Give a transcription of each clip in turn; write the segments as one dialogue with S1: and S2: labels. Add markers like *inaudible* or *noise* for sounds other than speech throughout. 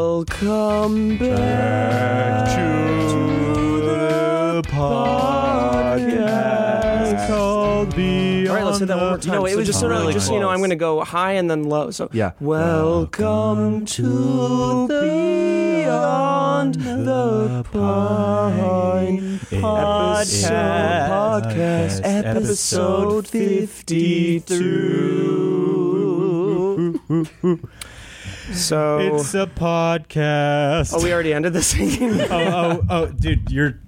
S1: Welcome back, to the podcast
S2: called
S1: All right, let's hit that one more time. No, it was just sort of
S2: really
S1: like, just you know,
S2: close.
S1: I'm going to go high and then low. So
S2: Yeah.
S1: Welcome to beyond the pine podcast
S2: Podcast.
S1: episode 52. So
S2: It's a podcast.
S1: Oh, we already ended this thing.
S2: oh, oh, oh, dude, you're.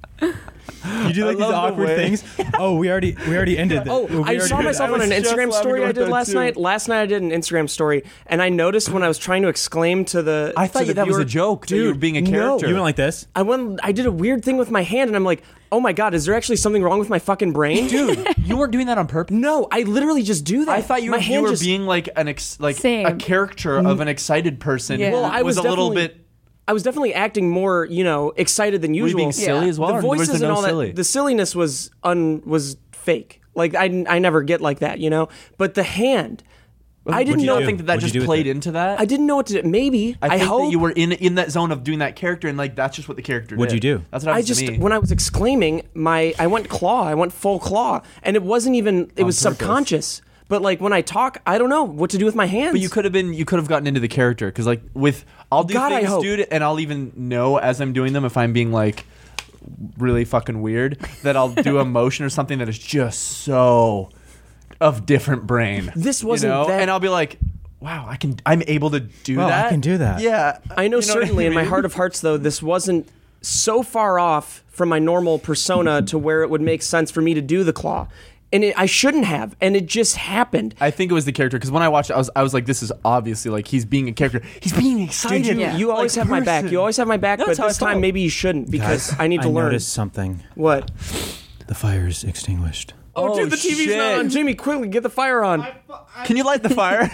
S2: You do
S1: I
S2: like these
S1: love the
S2: awkward
S1: way- *laughs*
S2: things. Oh, we already we already ended. it.
S1: Oh,
S2: We
S1: I
S2: already
S1: saw
S2: did it.
S1: myself
S2: I
S1: on an
S2: was just
S1: Instagram story I
S2: laughing about
S1: did
S2: that,
S1: last
S2: too.
S1: night. Last night I did an Instagram story, and I noticed when I was trying to exclaim to the
S3: I
S1: to
S3: thought
S1: the
S3: that was
S1: viewer-
S3: a joke, that you were being a character.
S2: You went like this.
S1: I went. I did a weird thing with my hand, and I'm like, oh my god, is there actually something wrong with my fucking brain,
S3: Dude, you weren't doing that on
S1: *laughs*
S3: purpose.
S1: No, I literally just do that.
S3: I thought you,
S1: my
S3: were- you
S1: hand
S3: were
S1: just-
S3: being like an ex, like a
S4: Same.
S3: character of an excited person.
S4: Yeah.
S3: who
S4: Well,
S1: I was
S3: was, a little
S1: definitely-
S3: bit.
S1: I was definitely acting more, you know, excited than
S3: Were you
S1: usual.
S3: being silly
S4: Yeah.
S3: as well?
S1: the
S3: or was
S1: voices
S3: there
S1: and
S3: no
S1: all
S3: silly?
S1: that. The silliness was un was fake. Like I, I never get like that, you know. But the hand, I didn't
S3: you
S1: know.
S3: don't think that that
S2: What'd you do
S3: just
S2: with
S3: played
S2: it?
S3: into that?
S1: I didn't know what to do. Maybe
S3: I think
S1: hope
S3: that you were in in that zone of doing that character, and like that's just what the character.
S2: What'd
S3: did.
S2: you do?
S3: That's what
S1: I
S3: happens
S1: just
S3: to me.
S1: when I was exclaiming, my I went claw, I went full claw, and it wasn't even it was subconscious. But like when I talk, I don't know what to do with my hands.
S3: But you could have been, you could have gotten into the character because, like, with I'll do
S1: God, I
S3: things,
S1: hope.
S3: dude, and I'll even know as I'm doing them if I'm being like really fucking weird that
S1: *laughs*
S3: I'll do a motion or something that is just so of different brain.
S1: This
S3: you
S1: wasn't
S3: know?
S1: that-
S3: and I'll be like, wow, I can, I'm able to do
S2: Wow, I
S3: that.
S2: can do that.
S3: Yeah,
S1: I know,
S3: You what I
S1: certainly in my
S3: mean?
S1: heart of hearts though, this wasn't so far off from my normal persona to where it would make sense for me to do the claw. And it, I shouldn't have, and it just happened.
S3: I think it was the character because when I watched, it, I was, I was like, this is obviously like he's being a character. He's being excited.
S1: Dude, you,
S4: Yeah.
S1: you always
S3: Like
S1: have my back.
S3: person.
S1: You always have my back, but
S3: that's how I
S1: this time
S3: felt.
S1: maybe you shouldn't because I need to
S2: I
S1: learn.
S2: noticed something.
S1: What?
S2: The fire's extinguished.
S1: Oh,
S3: dude, the TV's not on.
S1: Jimmy, quickly get the fire on.
S3: Can you light the *laughs* fire?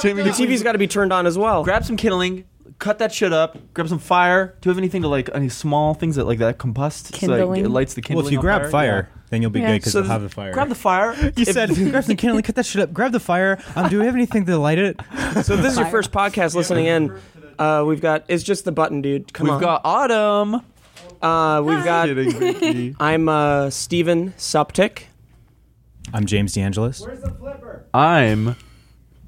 S3: Jamie,
S1: The TV's got to be turned on as well.
S3: grab some kindling, cut that shit up, grab some fire. Do you have anything to like any small things that like that combust? So like,
S4: Kindling?
S3: it lights the
S2: Well,
S3: kindling.
S2: if you
S3: on
S2: grab fire, then you'll be
S4: Yeah.
S2: good because
S1: So
S2: you'll have
S1: th-
S2: the fire.
S3: yeah. grab
S2: *laughs*
S3: the fire.
S1: *laughs*
S2: you said grab some candle, cut that shit up. Grab the fire. Um, do we have anything to light it?
S1: So if this is your
S4: Fire.
S1: first podcast listening in, uh, we've got it's just the button, dude. Come
S3: We've
S1: on.
S3: got autumn.
S1: uh, we've got. I'm uh, Steven Suptic.
S2: I'm James DeAngelis.
S3: *laughs* I'm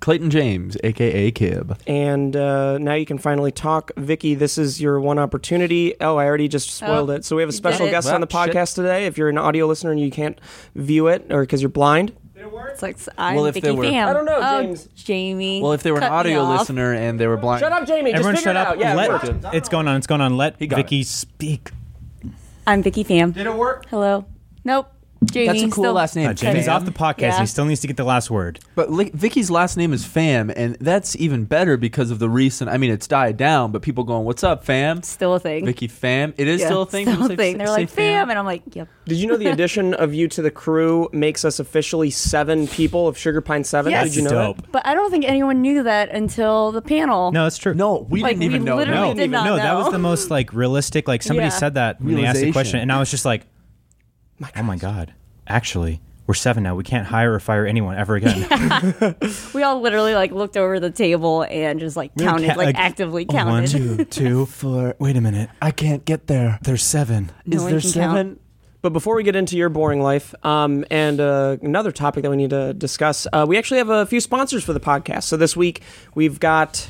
S3: Clayton James, aka Kib.
S1: And uh, now you can finally talk, Vicky. This is your one opportunity. Oh, I already just spoiled
S4: Oh,
S1: it. So we have a
S4: you
S1: special
S4: did it.
S1: guest on the
S3: Well, shit.
S1: podcast today. If you're an audio listener and you can't view it, or because you're blind,
S4: It's like I'm
S3: Well, if
S4: Vicky
S3: they were-
S4: Pham.
S1: I don't know,
S4: Oh,
S1: James.
S4: Jamie.
S3: Well, if they were
S4: cut
S3: an audio
S4: me off.
S3: listener and they were blind,
S1: shut up, Jamie.
S2: Everyone,
S1: just figure
S2: shut
S1: it
S2: up.
S1: out. Yeah, it worked.
S2: Let, it's going on. It's going on. Let
S3: got
S2: Vicky speak.
S4: I'm Vicky Pham. Did it work? Hello. Nope. Jamie.
S3: that's a cool
S4: still-
S3: last name.
S2: Uh, Jamie's
S3: Fam.
S2: off the podcast. And
S4: Yeah.
S2: he still needs to get the last word.
S3: But li- Vicky's last name is Fam, and that's even better because of the recent. I mean, it's died down, but people going, "What's up, Fam?"
S4: Still a thing.
S3: Vicky Fam. It is
S4: Yeah,
S3: still a thing.
S4: Still
S3: People
S4: a
S3: say-
S4: thing. They're
S3: say
S4: like Pham, and I'm like, yep.
S1: Did you know the addition of you to the crew makes us officially seven people of Sugar Pine Seven?
S4: Yes.
S1: Did you know
S2: Dope.
S1: that?
S4: But I don't think anyone knew that until the panel.
S2: No, that's true.
S3: No, we didn't
S4: Like, we
S3: even know.
S4: literally
S2: no,
S4: did not
S2: no, that
S4: know.
S2: was the most like realistic. Like somebody
S4: Yeah.
S2: said that when they asked the
S3: Realization.
S2: question, and I was just like, "Oh my god, actually, we're seven now. We can't hire or fire anyone ever again."
S4: We all literally like looked over the table and just like
S2: We were
S4: *laughs* counted,
S2: ca-
S4: like, actively
S2: oh,
S4: counted. *laughs*
S2: One, two, two, four. Wait a minute,
S3: I can't get there.
S2: there's seven.
S3: Is
S4: No one
S3: there
S4: can count.
S3: seven?
S1: But before we get into your boring life um, and uh, another topic that we need to discuss, uh, we actually have a few sponsors for the podcast. So this week we've got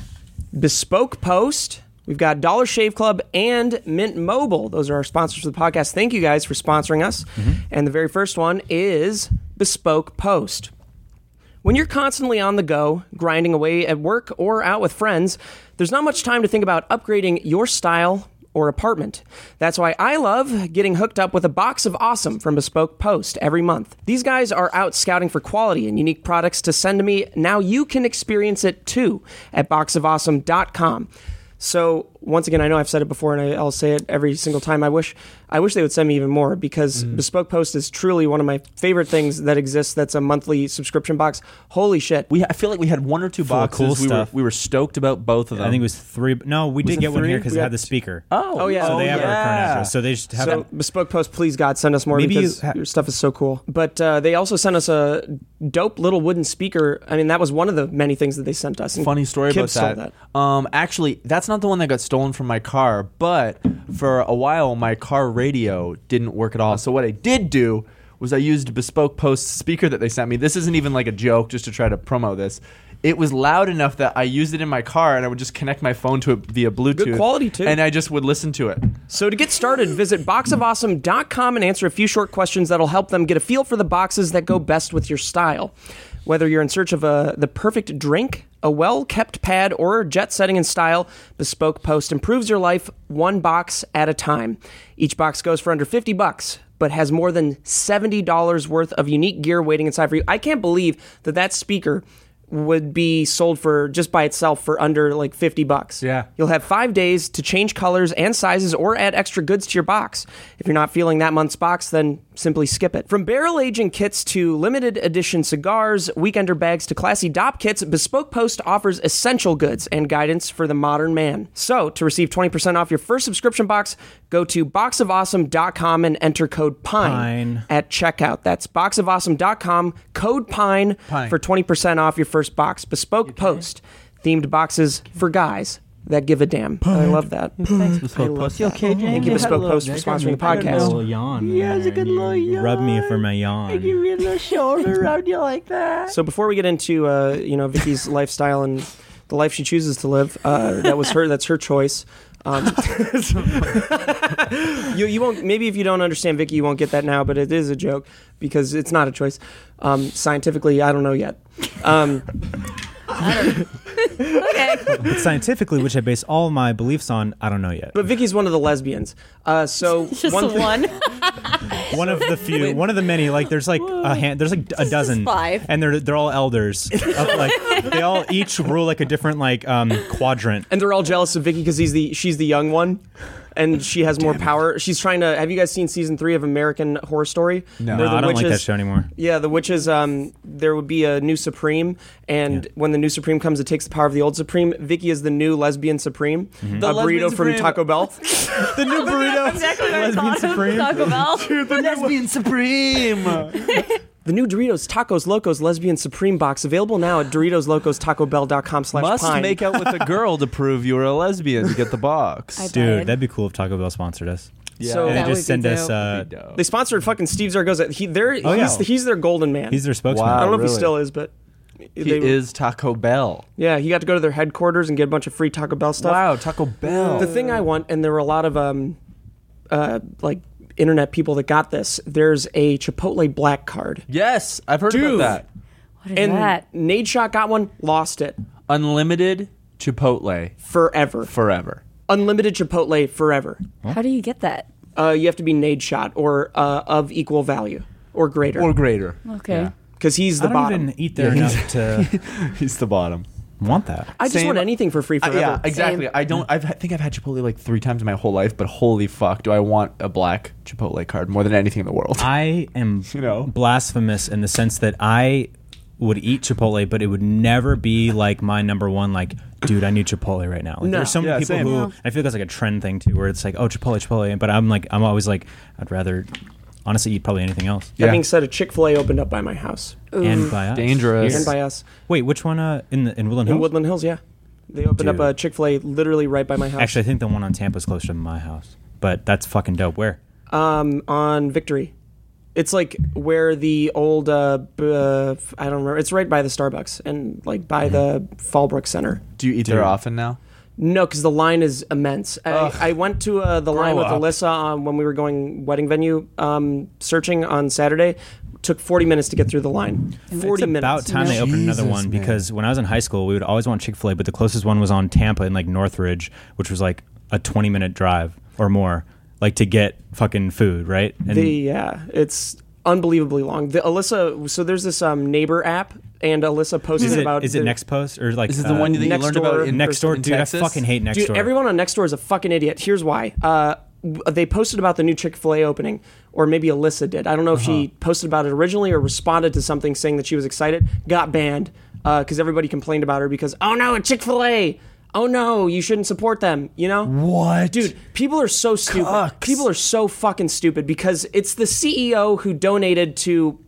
S1: Bespoke Post, we've got Dollar Shave Club, and Mint Mobile. Those are our sponsors for the podcast. Thank you guys for sponsoring us. And the very first one is Bespoke Post. When you're constantly on the go, grinding away at work or out with friends, there's not much time to think about upgrading your style or apartment. That's why I love getting hooked up with a box of awesome from Bespoke Post every month. These guys are out scouting for quality and unique products to send to me. Now you can experience it too at boxofawesome.com. So, once again, I know I've said it before, and I, I'll say it every single time. I wish, I wish they would send me even more because
S2: Mm.
S1: Bespoke Post is truly one of my favorite things that exists. That's a monthly subscription box. Holy shit!
S3: We I feel like we had one or two
S2: Full of
S3: boxes.
S2: cool
S3: we
S2: stuff.
S3: were we were stoked about both of them.
S2: I think it was three. No, we did
S3: it
S2: get one here
S3: three?
S2: because
S1: We
S2: it
S1: got
S2: had the speaker.
S3: oh
S1: Oh, yeah.
S2: so
S1: Oh,
S2: they have our current
S3: yeah.
S2: address. So they just have
S1: so
S2: it.
S1: bespoke post, please God, send us more
S2: Maybe
S1: because
S2: you ha-
S1: your stuff is so cool. But uh, they also sent us a dope little wooden speaker. I mean, that was one of the many things that they sent us. And
S3: funny story
S1: Kib
S3: about
S1: stole
S3: that. Um, actually, that's not the one that got stolen from my car, but for a while, my car radio didn't work at all. So what I did do was I used Bespoke Post speaker that they sent me. This isn't even like a joke, just to try to promo this. It was loud enough that I used it in my car, and I would just connect my phone to it via Bluetooth.
S1: quality, too.
S3: And I just would listen to it.
S1: So to get started, visit boxofawesome.com and answer a few short questions that'll help them get a feel for the boxes that go best with your style. Whether you're in search of a, the perfect drink, a well kept pad, or jet setting in style, Bespoke Post improves your life one box at a time. Each box goes for under 50 bucks, but has more than $70 worth of unique gear waiting inside for you. I can't believe that that speaker would be sold for just by itself for under like 50 bucks.
S3: Yeah.
S1: You'll have five days to change colors and sizes or add extra goods to your box. If you're not feeling that month's box, then simply skip it. From barrel aging kits to limited edition cigars, weekender bags to classy DOP kits, Bespoke Post offers essential goods and guidance for the modern man. So, to receive 20% off your first subscription box, go to boxofawesome.com and enter code PINE,
S2: Pine.
S1: at checkout. That's boxofawesome.com, code PINE, for 20% off your first box. Bespoke Post, themed boxes for guys that give a damn. I love that.
S5: I love you okay, Jake?
S1: Thank you,
S5: had
S1: Bespoke
S5: a little
S1: Post, for
S5: dick.
S1: sponsoring the
S5: I don't
S1: podcast.
S5: know.
S2: little yawn.
S5: Yeah, it's a good little yawn.
S2: Rub me for my
S5: I
S2: yawn.
S5: give you a
S2: *laughs*
S5: little shoulder rub you like that.
S1: So before we get into uh, you know *laughs* Vicky's lifestyle and the life she chooses to live, uh, that was her. That's her choice. *laughs* Um, you, you won't. Maybe if you don't understand Vicky, you won't get that now. But it is a joke because it's not a choice. Um, scientifically, I don't know yet. Um,
S2: But scientifically, which I base all my beliefs on, I don't know yet.
S1: but Vicky's one of the lesbians. Uh, so
S4: Just
S1: one
S4: one.
S1: thing-
S2: one of
S4: *laughs*
S2: the few, one of the many. Like there's like a hand, there's like a dozen,
S4: five.
S2: and they're they're all
S4: *laughs*
S2: elders. of, like they all each rule like a different like um quadrant.
S1: and they're all jealous of Vicky because he's the she's the young one, and she has more power. She's trying to. Have you guys seen season three of American Horror Story?
S2: No,
S3: No.
S1: Where the
S2: I don't like that
S1: witches-
S2: show anymore.
S1: Yeah, the witches. Um, there would be a new supreme, and when the new supreme comes, it takes the power of the old supreme. Vicky is the new lesbian supreme,
S2: Mm-hmm.
S3: The
S1: a
S3: lesbian
S1: burrito from
S3: supreme.
S1: Taco Bell.
S2: *laughs* The new burrito.
S4: *laughs* Exactly what I
S2: Lesbian
S4: thought of
S2: Supreme.
S4: Taco Bell.
S2: *laughs*
S3: Lesbian Supreme.
S1: the new Doritos Tacos Locos Lesbian Supreme box available now at DoritosLocosTacoBell.com slash
S3: Must
S1: pine.
S3: make out with a girl to prove you were a lesbian to get the box.
S4: I-
S2: Dude, that'd be cool if Taco Bell sponsored us.
S3: yeah.
S1: So-
S2: And they
S1: That
S2: just
S4: would
S2: send
S4: be
S2: us.
S4: dope.
S2: Uh,
S1: they sponsored fucking Steve Zaragoza. He, they're,
S2: Oh,
S1: he's,
S2: yeah.
S1: he's their golden man.
S2: he's their spokesman.
S1: I
S3: Wow.
S1: don't know if he
S3: Really?
S1: still is, but
S3: he
S1: they-
S3: is Taco Bell.
S1: Yeah, he got to go to their headquarters and get a bunch of free Taco Bell stuff.
S3: Wow, Taco Bell.
S1: The thing I want, and there were a lot of um, uh, like internet people that got this. There's a Chipotle black card,
S3: yes, I've heard
S1: Dude.
S3: about that.
S4: What is
S1: and
S4: that?
S1: Nade Shot got one, lost it
S3: Unlimited Chipotle
S1: forever.
S3: forever.
S1: Unlimited Chipotle forever.
S4: How do you get that?
S1: Uh, you have to be Nade Shot or uh, of equal value or
S3: Or
S1: greater,
S3: greater.
S4: *laughs* Okay.
S1: because he's the
S2: I don't
S1: bottom.
S2: even eat there enough to
S1: *laughs*
S3: He's the bottom.
S2: want that.
S1: I just
S3: Same-
S1: want anything for free forever.
S3: yeah, exactly. I don't. I've, I think I've had Chipotle like three times in my whole life, but holy fuck, do I want a black Chipotle card more than anything in the world?
S2: I am
S3: *laughs* You know?
S2: blasphemous in the sense that I would eat Chipotle, but it would never be like my number one. Like, dude, I need Chipotle right now. Like,
S1: No.
S2: There's so many
S3: Yeah,
S2: people
S3: same.
S2: who
S4: No.
S2: I feel that's like a trend thing too, where it's like, oh, Chipotle, Chipotle. But I'm like, I'm always like, I'd rather honestly eat probably anything else.
S1: That
S3: Yeah.
S1: being said, a Chick Fil A opened up by my house
S2: And by us.
S3: Dangerous.
S1: and by us
S2: Wait, which one? Uh, in the, in Woodland
S1: in
S2: Hills?
S1: Woodland Hills. Yeah, they opened up
S2: Dude.
S1: a Chick Fil A literally right by my house.
S2: Actually, I think the one on Tampa is closer to my house, but that's fucking dope. Where?
S1: um, on Victory. It's like where the old uh, b- uh, f- I don't remember. It's right by the Starbucks and like by the Fallbrook Center.
S3: do you eat there often now?
S1: No, because the line is immense. I,
S3: Ugh.
S1: I went to uh, the line with
S3: up.
S1: Alyssa um, when we were going wedding venue um, searching on Saturday. Took forty minutes to get through the line. Forty
S2: it's
S1: minutes.
S2: about time they opened another
S3: Jesus,
S2: one
S3: man.
S2: because when I was in high school, we would always want Chick Fil A, but the closest one was on Tampa in like Northridge, which was like a twenty-minute drive or more, like to get fucking food, right? And
S1: The yeah, it's unbelievably long. The Alyssa, so there's this um, neighbor app, and Alyssa posted
S2: Is it,
S1: about
S2: is it
S1: the-
S2: next post or like
S3: This is the
S2: uh,
S3: one that you
S1: next
S3: learned
S1: door-
S3: about in
S2: next door?
S3: in
S2: Dude,
S3: Texas?
S2: I fucking hate next
S1: Dude,
S2: door.
S1: everyone on Nextdoor is a fucking idiot. Here's why. Uh, w- they posted about the new Chick Fil A opening, or maybe Alyssa did. I don't know if she
S2: Uh-huh.
S1: posted about it originally or responded to something saying that she was excited. Got banned because everybody complained about her because oh no, a Chick Fil A. Oh no, you shouldn't support them. You know
S3: What?
S1: dude? People are so stupid.
S3: Cucks.
S1: People are so fucking stupid because it's the CEO who donated to,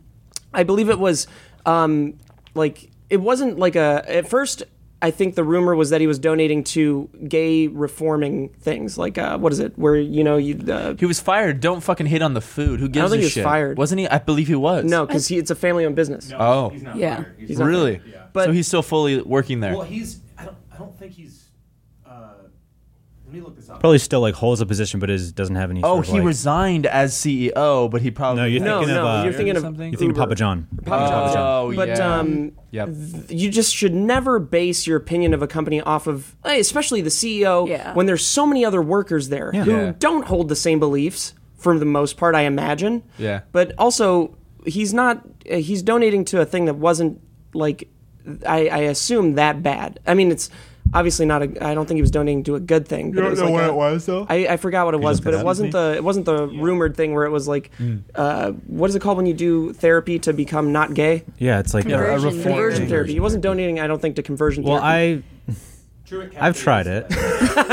S1: I believe it was, um, like it wasn't like a at first. I think the rumor was that he was donating to gay reforming things, like uh, what is it, where you know you uh,
S3: He was fired. Don't fucking hate on the food. Who gives
S1: think
S3: a
S1: he was
S3: shit?
S1: fired.
S3: Wasn't he? I believe he was.
S1: no, because it's a family-owned business.
S3: Oh.
S6: He's not
S4: Yeah.
S6: fired. He's
S1: He's
S6: not-
S1: not-
S3: Really?
S1: But-
S3: so he's still fully working there.
S6: well, he's. I don't. I don't think he's. Uh, let me look this up.
S2: probably still like holds a position, but is doesn't have any.
S3: oh,
S2: sort of,
S3: he
S2: like-
S3: resigned as CEO, but he probably
S2: No, you're
S1: No,
S2: thinking
S1: no,
S2: of. Uh,
S1: you're thinking of
S3: something?
S2: you think of
S1: Uber.
S2: Papa John.
S1: Papa John's.
S3: Oh,
S1: but
S3: yeah.
S1: um,
S3: Yep.
S1: you just should never base your opinion of a company off of, eh, especially the CEO,
S4: Yeah.
S1: when there's so many other workers there who
S3: Yeah.
S1: don't hold the same beliefs for the most part, I imagine.
S3: Yeah.
S1: But also, he's not. uh, He's donating to a thing that wasn't like, I, I assume that bad. I mean, it's obviously not a. I don't think he was donating to a good thing. But you don't know what it was though. I, I forgot what it was,
S2: look
S1: but
S2: it
S1: it
S2: up?
S1: wasn't the. It wasn't the rumored thing where it was like,
S3: Mm.
S1: uh, what is it called when you do therapy to become not gay?
S2: Yeah, it's like.
S4: Conversion.
S3: reform-
S1: conversion
S4: Conversion
S1: therapy. He wasn't donating, I don't think, to conversion
S2: Well,
S1: therapy.
S2: I
S6: Truett Cassidy
S2: I've tried
S6: has
S2: it.
S6: died.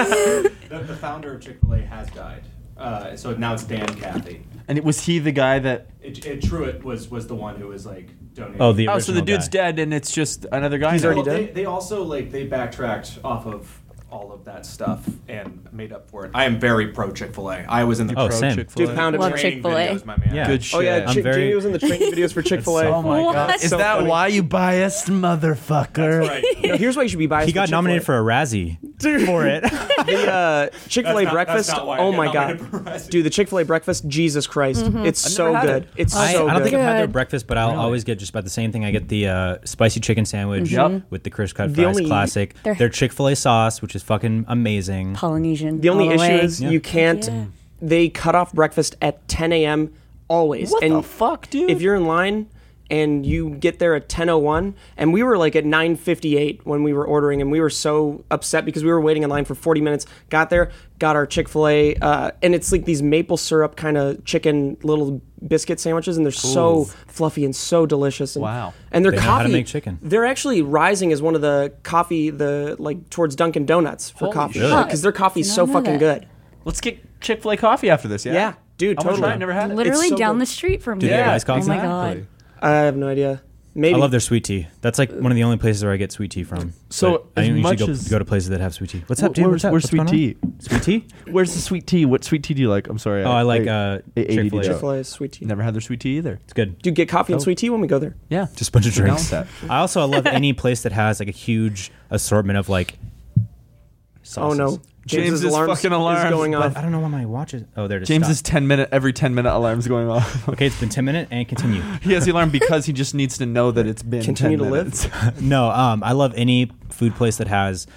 S6: the, the founder of Chick Fil A has died, uh, so now it's Dan Cathy.
S3: and it, was he the guy that?
S6: It, it, Truett was was the one who was like donating.
S2: oh the
S3: Oh, so the
S2: original
S3: dude's
S2: guy.
S3: dead, and it's just another guy.
S1: He's
S3: now.
S1: already
S6: Well,
S1: dead?
S6: They, they also like they backtracked off of all of that stuff and made up for it. I am very pro Chick Fil A. I was in the
S2: Oh,
S6: pro
S2: same.
S3: Chick-fil-A.
S1: Dude, pound it.
S4: Love
S1: man.
S6: training
S4: Chick-fil-A.
S6: videos, my man.
S2: Yeah.
S3: Good shit.
S1: Oh, yeah.
S2: I'm
S1: Chick-
S2: very-
S1: Jamie was in the
S2: *laughs*
S1: training videos for Chick fil A.
S3: oh my god!
S4: What?
S3: Is
S1: So
S3: that
S1: funny.
S3: why you biased, motherfucker?
S6: *laughs* Right.
S1: Here's why you should be biased.
S2: He got nominated for a Razzie for it. *laughs*
S1: the uh, Chick fil
S6: That's
S1: A
S6: not-
S1: breakfast.
S6: that's not why I
S1: Oh
S6: got
S1: my God.
S6: nominated for Razzie.
S1: Dude, the Chick fil A breakfast, Jesus Christ. It's so
S3: had
S1: good.
S3: it.
S1: It's
S2: I,
S1: so
S2: I don't
S1: good.
S2: think I've had their
S4: Good.
S2: breakfast, but I'll always get just about the same thing. I get the uh, spicy chicken sandwich
S3: Yep.
S2: with the crisp cut
S1: The
S2: fries,
S1: only-
S2: classic.
S4: They're-
S2: Their Chick Fil A sauce, which is fucking amazing.
S4: Polynesian.
S1: the only
S4: all
S1: issue
S4: way.
S1: is you can't,
S4: Yeah.
S1: they cut off breakfast at 10 a.m. always.
S3: What
S1: and
S3: the fuck, dude?
S1: If you're in line, and you get there at 10:01, and we were like at 9:58 when we were ordering, and we were so upset because we were waiting in line for 40 minutes. Got there, got our Chick Fil A, uh, and it's like these maple syrup kind of chicken little biscuit sandwiches, and they're so fluffy and so delicious. And,
S3: Wow.
S1: And their
S2: They know how to
S1: coffee,
S2: make chicken.
S1: They're actually rising as one of the coffee, the like towards Dunkin' Donuts for coffee
S2: shit.
S1: because their coffee is
S4: Did
S1: so
S4: not know
S1: fucking
S4: that.
S1: good.
S3: Let's get Chick Fil A coffee after this. Yeah.
S1: Yeah, dude,
S3: I'm gonna
S1: totally.
S3: try it, Never had it.
S4: Literally
S1: so
S4: down
S1: good.
S4: the street from
S2: Do they
S4: here.
S2: have ice coffee?
S4: Oh my
S3: Exactly.
S4: god.
S1: I have no idea. Maybe
S2: I love their sweet tea. That's like one of the only places where I get sweet tea from.
S3: So,
S2: But I
S3: as
S2: don't usually
S3: much
S2: go,
S3: as-
S2: go to places that have sweet tea. What's
S3: Wh-
S2: up, dude?
S3: where's-
S2: What's up?
S3: where's
S2: What's going
S3: sweet
S2: on? Sweet tea?
S3: Where's the sweet tea? What sweet tea do you like? I'm sorry.
S2: Oh, I like uh,
S3: I- I-
S2: Chick-fil-A.
S3: Chick-fil-A.
S1: Chick-fil-A sweet tea.
S3: never had their sweet tea either.
S2: It's good.
S1: Dude, get coffee and sweet tea when we go there.
S3: Yeah.
S2: Just a bunch of
S3: Down with
S2: drinks.
S3: that.
S2: I also I love any place that has like a huge assortment of like.
S1: Oh
S3: Oh,
S2: Sauces.
S1: no,
S3: James's
S1: alarms-
S3: fucking alarm.
S1: is going
S2: But
S1: off.
S2: I don't know why my watch is. Oh, there it is.
S3: James's
S2: Stop.
S3: 10 minute every 10 minute alarm's going off. *laughs*
S2: okay, it's been ten minutes and continue.
S3: he has the alarm because he just needs to know that it's been
S1: Continue
S3: 10
S1: to live?
S3: minutes. *laughs*
S2: No, um, I love any food place that has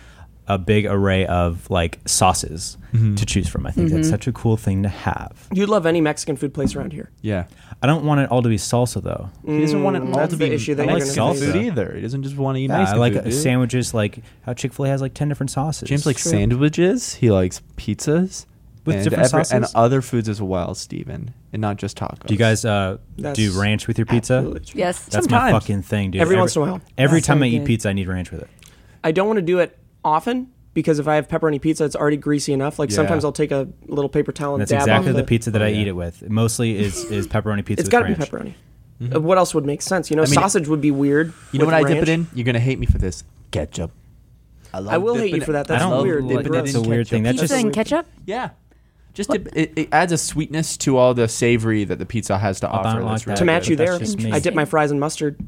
S2: a big array of like sauces
S3: Mm-hmm.
S2: to choose from. I think
S1: Mm-hmm.
S2: that's such a cool thing to have.
S1: *laughs* You'd love any Mexican food place around here.
S3: yeah.
S2: I don't want it all to be salsa though.
S3: He doesn't want it
S1: Mm,
S3: all
S1: that's
S3: to be
S1: the issue that
S2: I
S1: you're
S2: like
S1: gonna
S2: salsa.
S1: face.
S3: food either. He doesn't just want to eat
S2: Yeah,
S3: Mexican
S2: I like uh,
S3: food, dude.
S2: sandwiches, like how Chick Fil A has like ten different sauces.
S3: James likes
S4: True.
S3: sandwiches. He likes pizzas
S2: With
S3: and
S2: different
S3: and
S2: sauces?
S3: other foods as well, Steven, and not just tacos.
S2: Do you guys uh, do
S1: That's
S2: ranch with your pizza?
S1: Absolutely true.
S4: Yes.
S2: That's my
S3: Sometimes.
S2: fucking thing, dude.
S1: Every once in a while.
S2: Every
S4: That's
S2: time
S4: so
S2: I eat
S4: good.
S2: pizza, I need ranch with it.
S1: I don't want to do it often because if I have pepperoni pizza, it's already greasy enough. Like
S3: Yeah.
S1: sometimes I'll take a little paper towel and
S2: And that's
S1: dab
S2: exactly
S1: off
S2: the
S1: the
S2: pizza that
S3: Oh,
S2: I
S3: yeah.
S2: eat it with. Mostly is is pepperoni pizza.
S1: It's
S2: with
S1: got to be
S2: ranch. Mm-hmm.
S1: pepperoni. Uh, What else would make sense? You know,
S3: I mean-
S1: sausage would be weird.
S3: You know
S1: with
S3: what I dip
S1: ranch.
S3: it in? You're gonna hate me for this. Ketchup. love
S1: I will hate
S3: dipping
S1: you for that.
S3: it-
S1: That's
S2: I don't
S1: weird.
S2: like
S1: dude.
S3: dipping
S2: that.
S1: Gross.
S2: That's a weird thing. That's
S4: Pizza
S2: just
S4: and ketchup?
S3: Yeah. Just dip, it, it adds a sweetness to all the savory that the pizza has to
S2: I don't
S3: offer.
S2: like
S3: that's
S2: that.
S3: really
S1: to match
S3: good.
S1: you
S2: That's
S1: there,
S2: just me. Uh,
S1: I dip my fries in mustard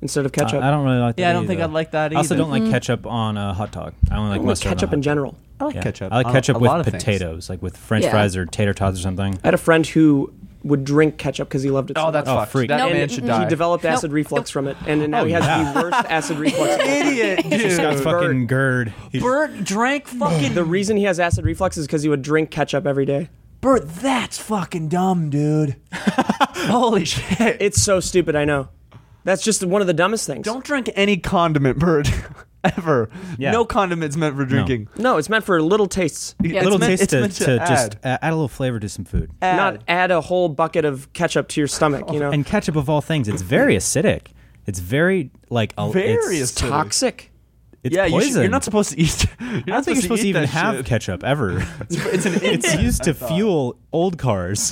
S1: instead of ketchup. Mm.
S2: I, I don't really like that.
S3: Yeah, I don't think
S2: either.
S3: I'd like that
S2: I also
S3: either.
S2: don't like ketchup on a hot dog.
S1: I
S2: I only like,
S1: don't like
S2: mustard on a
S1: ketchup
S2: hot
S1: in
S2: dog.
S1: general.
S3: I like
S2: Yeah.
S3: ketchup.
S2: I like
S3: on
S2: ketchup
S3: a lot
S2: with
S3: of things.
S2: potatoes, like with French
S4: Yeah.
S2: fries or tater tots or something.
S1: I had a friend who would drink ketchup because he loved it. so
S3: Oh, that's
S1: much.
S2: Oh,
S3: fucked.
S2: freak.
S3: That
S4: No,
S3: man
S4: mm-mm.
S3: should
S4: He
S3: die.
S1: He *laughs* developed acid
S4: Nope.
S1: reflux from it, and now
S2: Oh,
S1: he has
S2: yeah.
S1: the
S3: *laughs*
S1: worst acid reflux.
S3: Idiot,
S2: He's got
S3: dude.
S2: fucking GERD. He's-
S3: Bert
S1: *laughs*
S3: drank fucking.
S1: The reason he has acid reflux is because he would drink ketchup every day.
S3: Bert, that's fucking dumb, dude. Holy shit.
S1: *laughs* It's so stupid. I know. That's just one of the dumbest things.
S3: Don't drink any condiment, bird. *laughs* Ever.
S2: Yeah.
S3: No condiments meant for drinking.
S1: No, it's meant for little tastes.
S4: Yeah,
S2: little
S4: it's
S3: meant-
S2: taste
S3: it's
S2: to,
S3: meant to
S2: to just
S3: add.
S2: uh, add a little flavor to some food.
S3: Add.
S1: Not add a whole bucket of ketchup to your stomach.
S3: *laughs*
S1: You know,
S2: And ketchup of all things, it's very acidic. It's very like a,
S3: Very
S2: it's,
S1: it's toxic.
S2: it's
S3: yeah, you
S2: poison.
S3: should, you're not supposed to eat. *laughs* You're
S2: I don't think you're supposed to
S3: eat
S2: even
S3: that
S2: have
S3: shit.
S2: ketchup ever.
S3: *laughs* It's an
S2: *laughs* it's used to fuel old cars.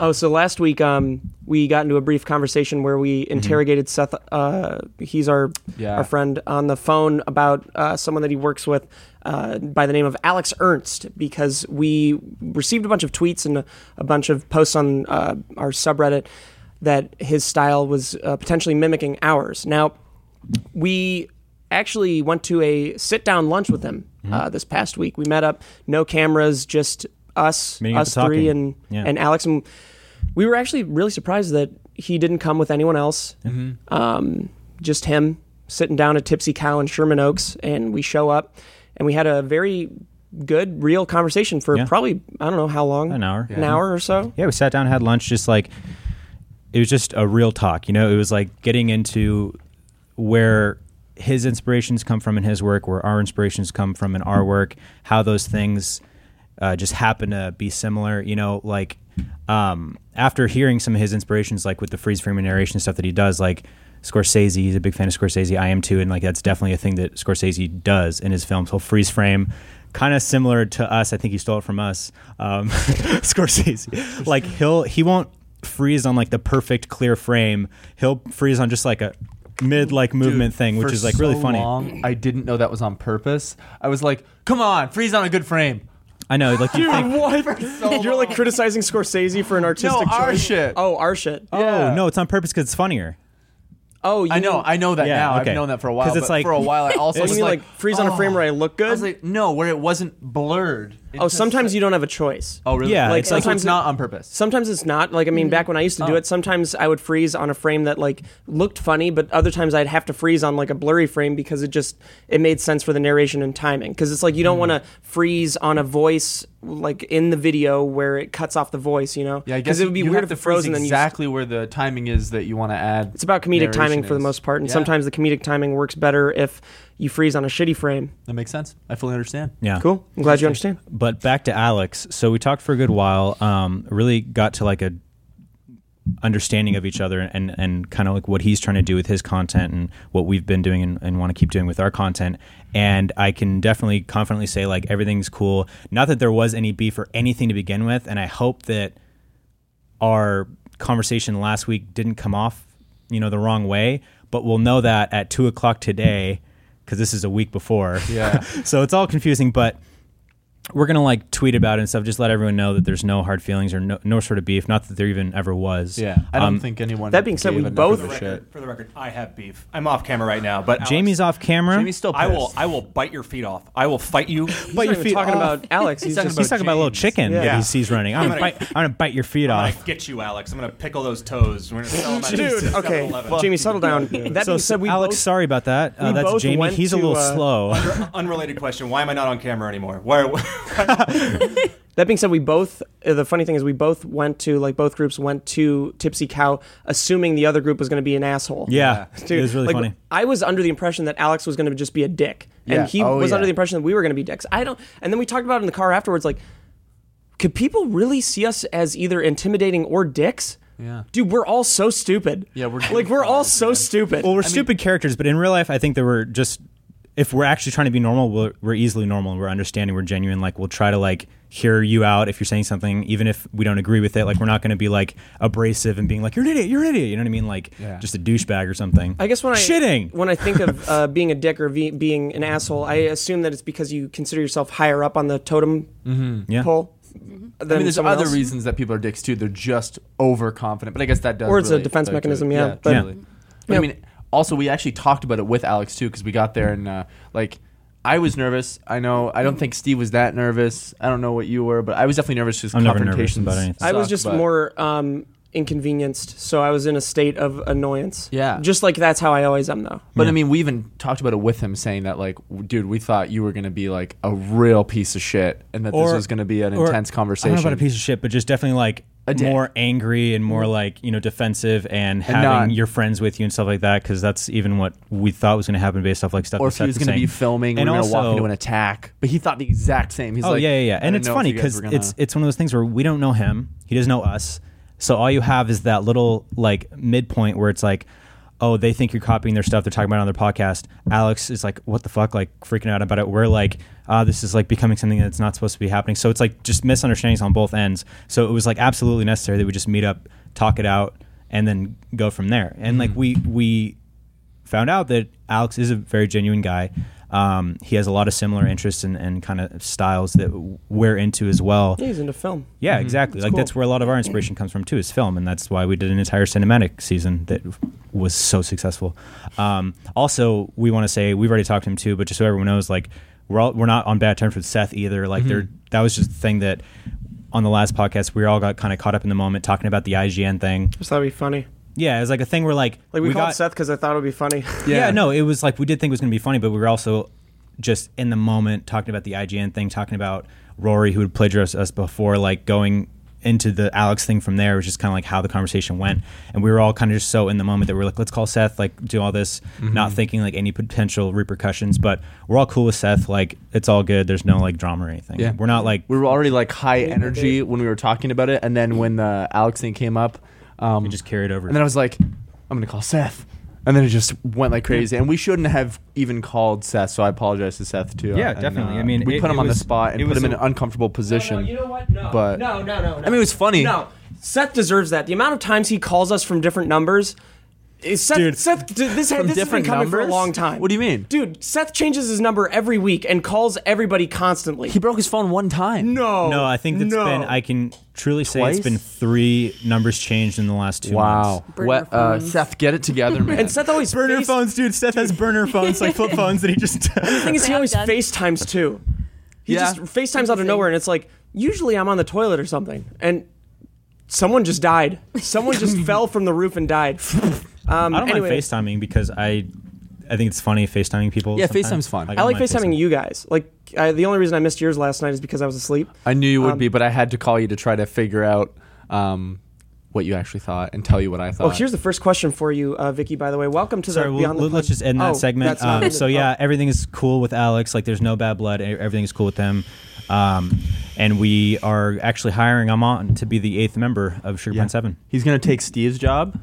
S1: Oh, so last week um, we got into a brief conversation where we
S2: Mm-hmm.
S1: interrogated Seth. Uh, he's our
S3: Yeah.
S1: our friend on the phone about uh, someone that he works with uh, by the name of Alex Ernst because we received a bunch of tweets and a, a bunch of posts on uh, our subreddit that his style was uh, potentially mimicking ours. Now we actually went to a sit down lunch with him
S2: Mm-hmm.
S1: uh, this past week. We met up, no cameras, just us,
S2: Meeting up
S1: us
S2: and
S1: three,
S2: talking.
S1: and
S2: Yeah.
S1: and Alex, and we were actually really surprised that he didn't come with anyone else.
S2: Mm-hmm.
S1: Um, just him sitting down at Tipsy Cow in Sherman Oaks, and we show up, and we had a very good, real conversation for
S2: Yeah.
S1: probably I don't know how long,
S2: An hour.
S1: an hour or
S3: *laughs*
S1: so.
S2: yeah, we sat down, had lunch, just like it was just a real talk. You know, it was like getting into where his inspirations come from in his work, where our inspirations come from in our work, how those things uh, just happen to be similar. You know, like um, after hearing some of his inspirations, like with the freeze frame and narration stuff that he does, like Scorsese, he's a big fan of Scorsese. I am too, and like that's definitely a thing that Scorsese does in his films. He'll freeze frame. Kind of similar to us, I think he stole it from us, um, *laughs* Scorsese. Like he'll he won't freeze on like the perfect clear frame. He'll freeze on just like a mid like movement
S3: Dude,
S2: thing, which
S3: for
S2: is like really
S3: so
S2: funny.
S3: long, I didn't know that was on purpose. I was like, "Come on, freeze on a good frame."
S2: I know, like
S3: *laughs*
S2: you
S1: *laughs*
S2: think,
S1: You're like criticizing Scorsese for an artistic
S3: No, our
S1: choice.
S3: shit.
S1: Oh, our shit. Oh,
S2: oh no, it's on purpose because it's funnier.
S1: you
S3: I know,
S1: mean-
S3: I know that
S2: Yeah,
S3: now.
S2: okay.
S3: I've known that for a while.
S2: 'Cause
S3: Because
S2: it's like-
S3: for a
S2: *laughs*
S3: while, I also
S1: Oh, you
S3: was
S1: mean like,
S3: like, oh.
S1: freeze on a frame where I look good?
S3: I was like, no, where it wasn't blurred. It
S1: oh,
S3: just-
S1: sometimes you don't have a choice.
S3: Oh, really?
S2: Yeah,
S1: Like,
S3: like,
S1: it's like-
S3: sometimes it's not on purpose.
S1: Sometimes it's not. Like I
S3: Mm-hmm.
S1: mean, back when I used
S3: Oh.
S1: to do it, sometimes I would freeze on a frame that like looked funny, but other times I'd have to freeze on like a blurry frame because it just it made sense for the narration and timing. Because it's like you don't want
S3: Mm-hmm.
S1: to freeze on a voice like in the video where it cuts off the voice, you know?
S3: Yeah, I guess
S1: 'Cause it would be
S3: you
S1: weird
S3: have
S1: if
S3: to
S1: it
S3: freeze
S1: frozen and you.
S3: exactly where the timing is that you want to add.
S1: It's about comedic timing for the
S3: is.
S1: most part, and
S3: Yeah,
S1: sometimes the comedic timing works better if you freeze on a shitty frame.
S3: that makes sense. I fully understand.
S2: Yeah.
S1: Cool. I'm glad you understand.
S2: But back to Alex. So we talked for a good while. Um, really got to like a understanding of each other and and kind of like what he's trying to do with his content and what we've been doing and, and want to keep doing with our content. And I can definitely confidently say like everything's cool. Not that there was any beef or anything to begin with, and I hope that our conversation last week didn't come off, you know, the wrong way. But we'll know that at two o'clock today, because this is a week before.
S3: Yeah.
S2: *laughs* so it's all confusing, but we're gonna like tweet about it and stuff. Just let everyone know that there's no hard feelings or no, no sort of beef. Not that there even ever was.
S3: Yeah, I don't
S2: Um,
S3: think anyone.
S1: that being said,
S3: gave
S1: we
S3: enough
S1: both-
S3: of
S6: For
S3: a
S6: the,
S3: shit.
S6: record, for the record, I have beef. I'm off camera right now, but Alex,
S2: Jamie's off camera.
S3: Jamie's still.
S6: I will.
S3: pissed.
S6: I will bite your feet off. I will
S2: *laughs*
S6: fight you.
S2: Bite
S1: He's
S2: your
S1: not even
S2: feet
S1: talking
S2: off.
S1: about Alex. He's,
S2: *laughs* He's talking about a little chicken that
S1: Yeah. Oh
S2: he sees running. I'm gonna bite. I'm gonna bite your feet
S1: Uh,
S6: I
S2: off.
S6: get you, Alex. I'm gonna pickle those toes. We're gonna sell them at
S1: Dude, okay,
S6: 7-Eleven.
S1: Jamie, settle
S2: *laughs*
S1: down. That
S2: So,
S1: being said, we
S2: Alex,
S1: both-
S2: sorry about that. Uh,
S1: we
S2: that's
S1: both
S2: Jamie.
S1: went
S2: He's a
S1: to,
S2: little
S1: uh, *laughs*
S2: slow.
S6: Unrelated question. Why am I not on camera anymore? Why? Are,
S1: That being said, we both uh, the funny thing is we both went to like both groups went to Tipsy Cow, assuming the other group was going to be an asshole.
S2: yeah,
S1: Dude,
S2: it was really
S1: like,
S2: funny.
S1: I was under the impression that Alex was going to just be a dick,
S3: Yeah.
S1: and he
S3: Oh,
S1: was
S3: yeah.
S1: under the impression that we were going to be dicks. I don't. And then we talked about it in the car afterwards. Like, could people really see us as either intimidating or dicks?
S3: Yeah.
S1: Dude, we're all so stupid.
S3: Yeah, we're
S1: like we're all so stupid.
S2: Well, we're stupid characters, but in real life, I think that we're just if we're actually trying to be normal, we're, we're easily normal. We're understanding. We're genuine. Like we'll try to like hear you out if you're saying something, even if we don't agree with it. Like we're not going to be like abrasive and being like you're an idiot, you're an idiot. You know what I mean? Like
S3: Yeah.
S2: just a douchebag or something.
S1: I guess when I
S2: shitting.
S1: when I think
S2: *laughs*
S1: of uh, being a dick or ve- being an asshole, I assume that it's because you consider yourself higher up on the totem
S2: yeah.
S1: pole.
S3: Mm-hmm. I mean, there's other
S1: reasons.
S3: reasons that people are dicks too. They're just overconfident, but I guess that does.
S1: Or it's a
S3: relate
S1: defense
S3: back to
S1: mechanism,
S3: it.
S1: yeah, but-
S3: totally. But I
S1: Yeah.
S3: mean, also we actually talked about it with Alex too because we got there and uh, like I was nervous. I know I don't think Steve was that nervous. I don't know what you were, but I was definitely nervous because
S2: I'm never nervous
S3: confrontations
S2: about anything.
S1: I was
S3: suck,
S1: just
S3: but-
S1: more um, inconvenienced, so I was in a state of annoyance.
S3: Yeah.
S1: just like that's how I always am, though.
S3: But I mean, we even talked about it with him, saying that like, w- dude, we thought you were going to be like a real piece of shit, and that this was going to be an
S2: or-
S3: intense
S2: I
S3: conversation.
S2: don't know about a piece of shit, but just definitely like more angry and
S1: Mm-hmm.
S2: more like you know defensive and having
S3: not-
S2: your friends with you and stuff like that because that's even what we thought was going to happen based off like stuff.
S3: or
S2: that
S3: if he
S2: Seth
S3: was going to be
S2: saying.
S3: filming and,
S2: and
S3: we were
S2: also,
S3: going to walk into an attack. But he thought the exact same. He's
S2: oh
S3: like,
S2: yeah, yeah, yeah.
S3: "I
S2: and
S3: didn't
S2: it's
S3: know if
S2: funny
S3: you guys
S2: because
S3: were gonna-"
S2: it's it's one of those things where we don't know him, he doesn't know us, so all you have is that little like midpoint where it's like. Oh, they think you're copying their stuff. They're talking about it on their podcast. Alex is like, "What the fuck?" Like freaking out about it. We're like, uh, "This is like becoming something that's not supposed to be happening." So it's like just misunderstandings on both ends. So it was like absolutely necessary that we just meet up, talk it out, and then go from there. And like we
S3: Mm-hmm.
S2: we found out that Alex is a very genuine guy. Um, he has a lot of similar interests and, and kind of styles that w- we're into as well.
S1: Yeah, he's into film.
S2: Yeah, exactly. like
S1: cool.
S2: that's where a lot of our inspiration comes from too, is film, and that's why we did an entire cinematic season that was so successful. Um, also, we want to say we've already talked to him too, but just so everyone knows, like we're all, we're not on bad terms with Seth either.
S1: Mm-hmm.
S2: Like there, that was just the thing that on the last podcast we all got kind of caught up in the moment talking about the IGN thing.
S1: Just thought it'd be funny.
S2: Yeah, it was like a thing where like
S1: Like we, called
S2: got,
S1: Seth because I thought it would be funny. *laughs*
S2: yeah. no, it was like we did think it was going to be funny, but we were also just in the moment talking about the IGN thing, talking about Rory, who had plagiarized us before, like going into the Alex thing from there, which is kind of like how the conversation went. And we were all kind of just so in the moment that we were like, let's call Seth, like do all this,
S3: Mm-hmm.
S2: not thinking like any potential repercussions, but we're all cool with Seth. Like it's all good. There's no like drama or anything.
S3: Yeah.
S2: We're not like,
S3: *laughs* we were already like high energy when we were talking about it, and then when the Alex thing came up, um,
S2: just carried over.
S3: And then I was like, I'm gonna call Seth, and then it just went like crazy. And we shouldn't have even called Seth, so I apologize to Seth too.
S2: Yeah,
S3: And, uh,
S2: definitely. I mean,
S3: we
S2: it-
S3: put him
S2: it
S3: on
S2: was-
S3: the spot
S2: it
S3: and put
S2: was
S3: him in
S2: a-
S3: an uncomfortable position.
S1: No, no, you know what? No.
S3: But-
S1: no, no, no, no. I
S3: mean, it was funny.
S1: No, Seth deserves that. The amount of times he calls us from different numbers. Is Seth,
S3: Dude.
S1: Seth, d- this,
S3: From
S1: this has been
S3: different
S1: coming for a
S3: numbers?
S1: long time.
S3: What do you mean?
S1: dude? Seth changes his number every week and calls everybody constantly.
S3: He broke his phone one time.
S1: no,
S2: no, I think it's
S1: no.
S2: been, I can truly say
S3: "Oh, Twice?
S2: it's been three numbers changed in the last two months.
S3: Wow.
S4: Burner
S3: What, uh,
S4: phones.
S3: Seth, get
S1: *laughs*
S3: it together, man.
S1: and Seth always
S2: Burner
S1: face-
S2: phones, dude. Seth
S1: *laughs*
S2: has burner phones, like flip phones that he just.
S1: The thing is, he
S4: Yeah, I'm
S1: always
S4: done.
S1: FaceTimes too. He
S3: Yeah.
S1: just FaceTimes out of nowhere, and it's like usually I'm on the toilet or something, and someone just died. Someone
S3: *laughs*
S1: just fell from the roof and died. Um,
S2: I don't
S1: anyway,
S2: like FaceTiming because I I think it's funny FaceTiming people.
S3: Yeah,
S2: sometimes.
S3: FaceTime's fun.
S1: I like
S2: don't
S1: FaceTiming you guys. Like I, the only reason I missed yours last night is because I was asleep.
S3: I knew you would be, but I had to call you to try to figure out um, what you actually thought and tell you what I thought.
S1: Oh, here's the first question for you, uh, Vicky. By the way, welcome to
S2: Uh, Sorry,
S1: the
S2: we'll,
S1: Beyond the
S2: let's
S1: Pod-
S2: just end that
S1: Oh,
S2: segment.
S1: that's not
S2: Um,
S1: in the-
S2: so yeah, everything is cool with Alex. Like, there's no bad blood. E- Everything is cool with them. Um, and we are actually hiring him on to be the eighth member of Sugar
S3: Yeah.
S2: Pine Seven,
S3: He's gonna take Steve's job.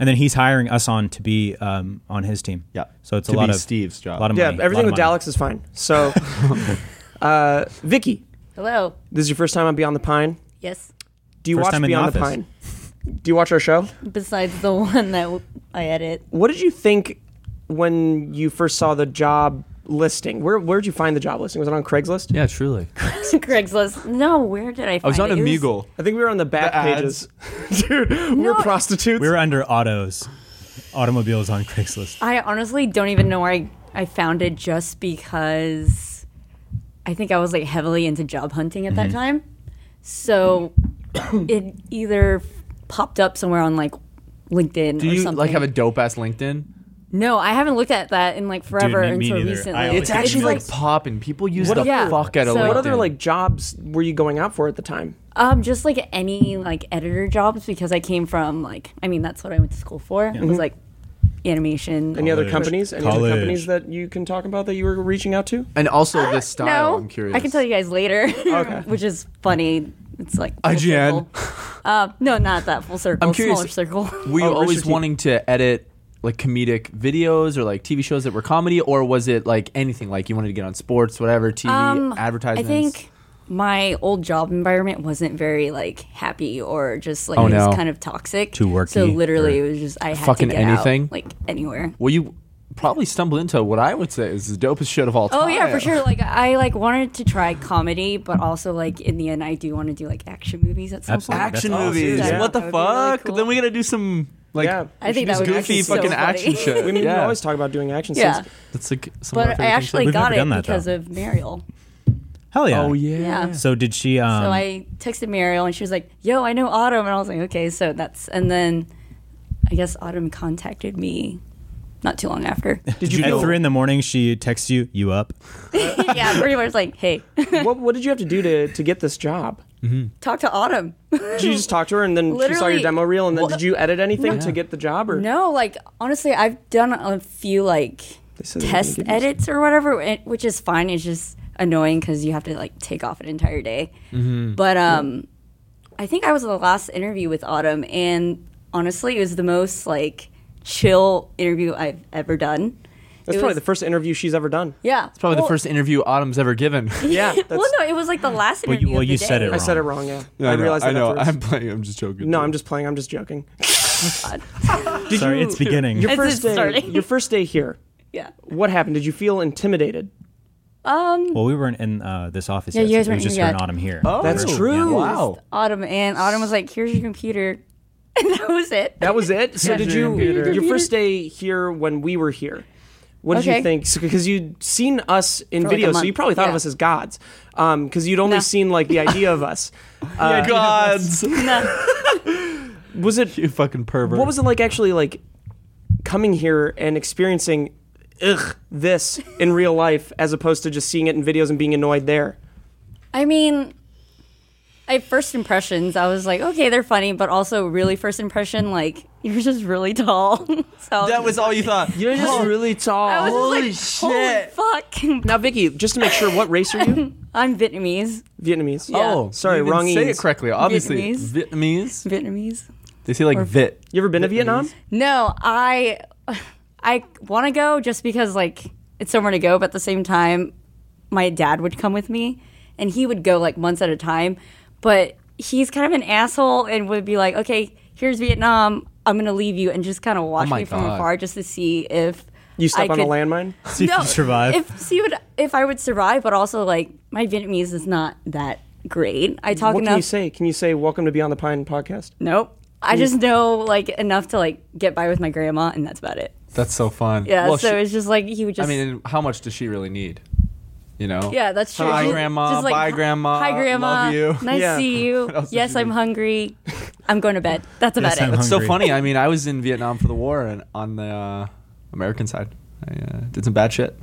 S2: and then he's hiring us on to be um, on his team.
S3: Yeah.
S2: So it's a
S3: To
S2: lot
S3: be
S2: of
S3: Steve's
S2: A
S3: job.
S2: lot of
S1: Oh, yeah,
S2: money,
S1: everything
S2: a lot
S1: with
S2: of money.
S1: Alex is fine. So,
S2: *laughs*
S1: uh, Vicky,
S4: Hello.
S1: this is your first time on Beyond the Pine.
S4: Yes.
S1: Do you
S2: First
S1: watch
S2: time in the
S1: Beyond the
S2: office.
S1: Pine? Do you watch our show?
S4: Besides the *laughs* one that w- I edit. *laughs*
S1: What did you think when you first saw the job listing? Where where did you find the job listing? Was it on Craigslist?
S3: Yeah, truly.
S4: Craigslist. No, where did
S2: Oh,
S4: I find
S3: I was on
S4: it? It
S3: Amigo.
S1: I think we were on the back
S3: The
S1: pages. Dude, we're
S4: No, it-
S1: prostitutes.
S2: We were under autos, automobiles on Craigslist.
S4: I honestly don't even know where I, I found it just because I think I was like heavily into job hunting at
S2: Mm-hmm.
S4: that time.
S2: *coughs*
S4: So it either popped up somewhere on like LinkedIn
S3: Do
S4: or
S3: you
S4: something.
S3: like have a dope ass LinkedIn?
S4: no, I haven't looked at that in like forever
S2: me- me
S4: until
S2: neither.
S4: recently.
S2: I always
S3: It's
S2: It's
S3: actually like
S2: emails.
S3: popping. People use
S4: What
S3: the
S4: other- Yeah.
S3: fuck out of
S4: So-
S3: LinkedIn.
S1: what other like jobs were you going out for at the time?
S4: Um, just like any like editor jobs because I came from like I mean that's what I went to school for. It
S3: Mm-hmm.
S4: was like animation.
S1: Any other
S2: College.
S1: companies? Any
S2: College.
S1: other companies that you can talk about that you were reaching out to?
S3: and also this style.
S4: Uh, no,
S3: I'm curious.
S4: I can tell you guys later, *laughs* which is funny. It's like full
S3: IGN.
S4: circle. Uh, no, not that full circle.
S3: I'm curious.
S4: Smaller circle.
S3: Were you
S1: Oh,
S3: always
S1: Rooster Teeth.
S3: wanting to edit like comedic videos or like TV shows that were comedy, or was it like anything? Like you wanted to get on sports, whatever, TV,
S4: Um, I
S3: advertisements.
S4: think my old job environment wasn't very like happy or just like
S3: Oh,
S4: it
S3: no.
S4: was kind of toxic.
S2: Too worky
S4: So literally,
S2: or-
S4: it was just I had
S3: Fucking
S4: to get out,
S3: anything?
S4: like anywhere.
S3: Well, you probably stumbled into what I would say is the dopest shit of all time.
S4: Oh yeah, for sure. Like I like wanted to try comedy, but also like in the end, I do want to do like action movies at some
S2: Absolutely.
S4: point.
S3: Action
S2: That's awesome.
S3: movies.
S1: Yeah.
S3: What the
S4: That would be really
S3: fuck?
S4: cool.
S3: Then we gotta do some like
S1: Yeah.
S4: I think that would
S3: goofy
S4: be so
S3: fucking
S4: funny. *laughs*
S3: action shit.
S1: We mean,
S3: yeah.
S1: we always talk about doing action
S4: Yeah. *laughs*
S1: scenes.
S3: That's like some of our
S4: But I
S3: favorite things
S4: actually
S2: We've
S4: got
S2: never done
S4: it
S2: that,
S4: because
S2: though.
S4: of Mariel.
S2: Hell yeah!
S3: Oh yeah.
S4: Yeah.
S2: So did she? Um,
S4: so I texted Mariel and she was like, "Yo, I know Autumn," and I was like, "Okay, so that's." And then I guess Autumn contacted me not too long
S2: *laughs*
S4: after. *laughs*
S1: Did you
S2: At
S1: feel,
S2: three in the morning, she texts you, "You up?"
S4: yeah, pretty much like, hey, *laughs*
S1: what, what did you have to do to, to get this job?
S4: talk to Autumn. *laughs*
S1: Did you just talk to her and then she saw your
S4: Literally-
S1: demo reel and then
S4: Well-
S1: did you edit anything to get the job or
S4: No, like honestly, I've done a few like
S1: said they were gonna
S4: test
S1: give you
S4: edits or whatever, and- which is fine. It's just annoying because you have to like take off an entire day.
S1: Mm-hmm.
S4: But um, I think I was in the last interview with Autumn, and honestly, it was the most like chill interview I've ever done.
S1: That's
S4: It
S1: probably
S4: was-
S1: the first interview she's ever done.
S4: yeah. It's
S3: Probably
S4: *laughs*
S3: the first interview Autumn's ever given.
S1: Yeah, that's,
S4: well, no, it was like the last
S2: Well, you-
S4: interview.
S2: well,
S4: of the
S2: you said
S4: day.
S2: it
S1: I said it wrong. Yeah, I, realized that afterwards.
S3: I'm playing. I'm just joking.
S1: no, I'm just playing. I'm just
S4: *laughs*
S1: joking.
S2: Sorry, it's beginning.
S1: Your
S4: It's
S1: first
S4: just
S1: day.
S4: starting.
S1: Your first day here.
S4: Yeah.
S1: What happened? Did you feel intimidated?
S4: Um,
S2: Well, we weren't in uh, this office.
S4: Yeah,
S2: yet,
S4: you guys
S2: so it
S4: weren't
S2: was just
S4: here
S2: her and
S4: yet.
S2: Autumn here.
S1: Oh. That's
S2: Yeah.
S1: true.
S3: Wow.
S4: Autumn and Autumn was like, "Here's your computer," *laughs* and that was it. *laughs*
S1: That was it. So did you
S4: computer.
S1: your first day here when we were here? What did you
S4: Okay.
S1: think? Because you'd seen us in
S4: For like a
S1: video, so
S4: month.
S1: you probably thought of
S4: Yeah.
S1: us as gods. Because you'd only
S4: No.
S1: seen like the idea of
S4: *laughs*
S1: us. Uh,
S3: *laughs* Gods.
S1: Was it
S3: you fucking pervert.
S1: What was it like actually like coming here and experiencing ugh this in real life as opposed to just seeing it in videos and being annoyed there?
S4: I mean, I first impressions, I was like, okay, they're funny, but also really first impression, like *laughs* you're just really tall. *laughs* so
S3: That was all you thought.
S1: You're just really tall.
S4: I
S1: *laughs*
S4: Oh. was
S3: Holy
S4: just like,
S3: shit.
S4: Holy fuck! *laughs*
S1: now, Vicky, just to make sure, what race are you?
S4: I'm Vietnamese.
S1: Vietnamese.
S4: Yeah.
S3: Oh,
S1: Sorry,
S3: you didn't
S1: wrong
S3: Say
S1: eans.
S3: it correctly. Obviously,
S4: Vietnamese.
S3: Vietnamese.
S4: Vietnamese.
S3: They say like Vit.
S1: You ever been to Vietnam?
S4: No, I, I want to go just because like it's somewhere to go, but at the same time, my dad would come with me, and he would go like months at a time, but he's kind of an asshole and would be like, okay, here's Vietnam. I'm gonna leave you and just kind of watch
S3: Oh my
S4: me from
S3: God.
S4: afar just to see if
S1: You step
S4: I
S1: on a
S4: could-
S1: landmine?
S2: See if you survive.
S4: If see what if I would survive, but also like my Vietnamese is not that great. I talk
S1: What
S4: enough.
S1: can you say? Can you say welcome to Beyond the Pine podcast?
S4: Nope. I just know like enough to like get by with my grandma, and that's about it.
S3: That's so fun.
S4: Yeah.
S3: Well,
S4: so
S3: she-
S4: it's just like he would
S3: I
S4: just.
S3: mean, how much does she really need? You know.
S4: yeah, that's true.
S3: Hi,
S4: Just-
S3: Grandma.
S4: just, like,
S3: Bye,
S4: hi-
S3: Grandma.
S4: Hi, grandma.
S3: Love you.
S4: *laughs* Nice
S1: Yeah.
S4: to
S3: *laughs*
S4: see you.
S3: else does
S4: yes,
S3: she
S4: I'm
S3: need?
S4: hungry. I'm going to bed. That's about
S2: Yes, I'm
S4: it.
S2: hungry.
S3: It's so funny. I mean, I was in Vietnam for the war and on the uh, American side. I uh, did some bad shit.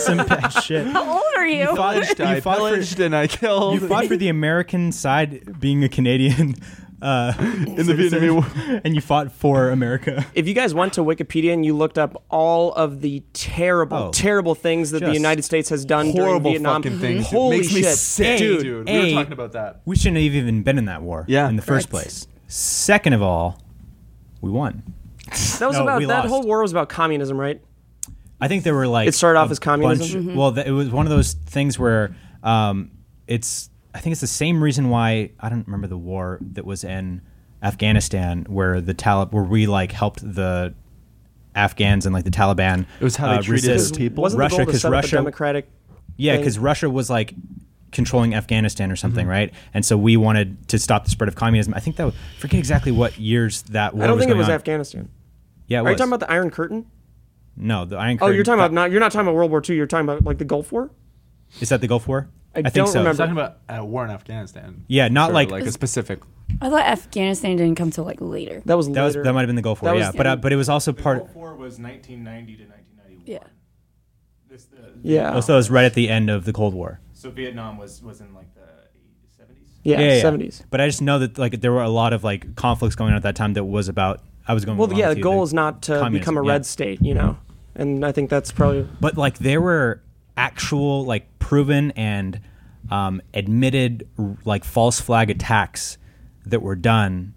S1: *laughs*
S2: some bad shit.
S4: *laughs* How old are you?
S2: Fudged,
S3: I
S2: you fought for-
S3: pillaged *laughs* and I killed.
S2: You fought for the American side, being a Canadian. *laughs* Uh, in
S3: the Vietnam War.
S2: and you fought for America.
S1: If you guys went to Wikipedia and you looked up all of the terrible,
S2: Oh.
S1: terrible things that the
S2: Just
S1: United States has done during
S3: horrible
S1: Vietnam,
S3: fucking things.
S1: holy
S3: it makes
S1: shit,
S3: me sick, Mm-hmm. dude.
S2: dude.
S3: we were
S2: A-
S3: talking about that.
S2: We shouldn't have even been in that war.
S3: Yeah.
S2: in the first
S4: Correct.
S2: place. Second of all, we won.
S1: That was
S2: No,
S1: about
S2: we
S1: that
S2: lost.
S1: whole war was about communism, right?
S2: I think there were like
S1: It started off
S2: a
S1: as communism?
S2: bunch- Well, th- it was one of those things where um, it's. I think it's the same reason why I don't remember the war that was in Afghanistan where the Talib where we like helped the Afghans and like the Taliban.
S3: It was how they
S2: uh,
S3: treated
S2: resist
S3: those people.
S1: Wasn't the
S2: Russia
S1: goal to
S2: because
S1: set up a
S2: Russia
S1: democratic?
S2: yeah,
S1: thing.
S2: because Russia was like controlling Afghanistan
S3: Mm-hmm.
S2: or something, right? And so we wanted to stop the spread of communism. I think that was, forget exactly what years that war
S1: I don't
S2: was
S1: think it
S2: going
S1: was
S2: on.
S1: Afghanistan.
S2: Yeah, it
S1: Are you
S2: was.
S1: talking about the Iron Curtain?
S2: no the Iron
S1: Oh,
S2: Curtain.
S1: you're talking about not. You're not talking about World War II. You're talking about like the Gulf War.
S2: Is that the Gulf War?
S1: I
S2: think
S1: don't
S2: so.
S1: remember.
S3: Talking about a war in Afghanistan.
S2: Yeah, not
S3: Or
S2: like-
S3: like a specific.
S4: I thought Afghanistan didn't come till like later.
S1: That was
S2: That was
S1: later.
S2: that might have been the Gulf War.
S1: That was
S2: yeah,
S1: the-
S2: but uh, but it was also part.
S6: *laughs* Gulf War was 1990 to 1991.
S4: Yeah.
S6: This, the,
S1: Yeah.
S2: Oh, so it was right at the end of the Cold War.
S6: So Vietnam was was in like the 80s, 70s.
S1: yeah,
S2: Yeah, yeah, yeah.
S1: 70s.
S2: But I just know that like there were a lot of like conflicts going on at that time that was about. I was going.
S1: Well,
S2: along
S1: yeah.
S2: with
S1: The
S2: you,
S1: goal is not to
S2: communism,
S1: become a
S2: yeah.
S1: red state, you know. And I think that's probably
S2: but like there were actual like proven and um, admitted r- like false flag attacks that were done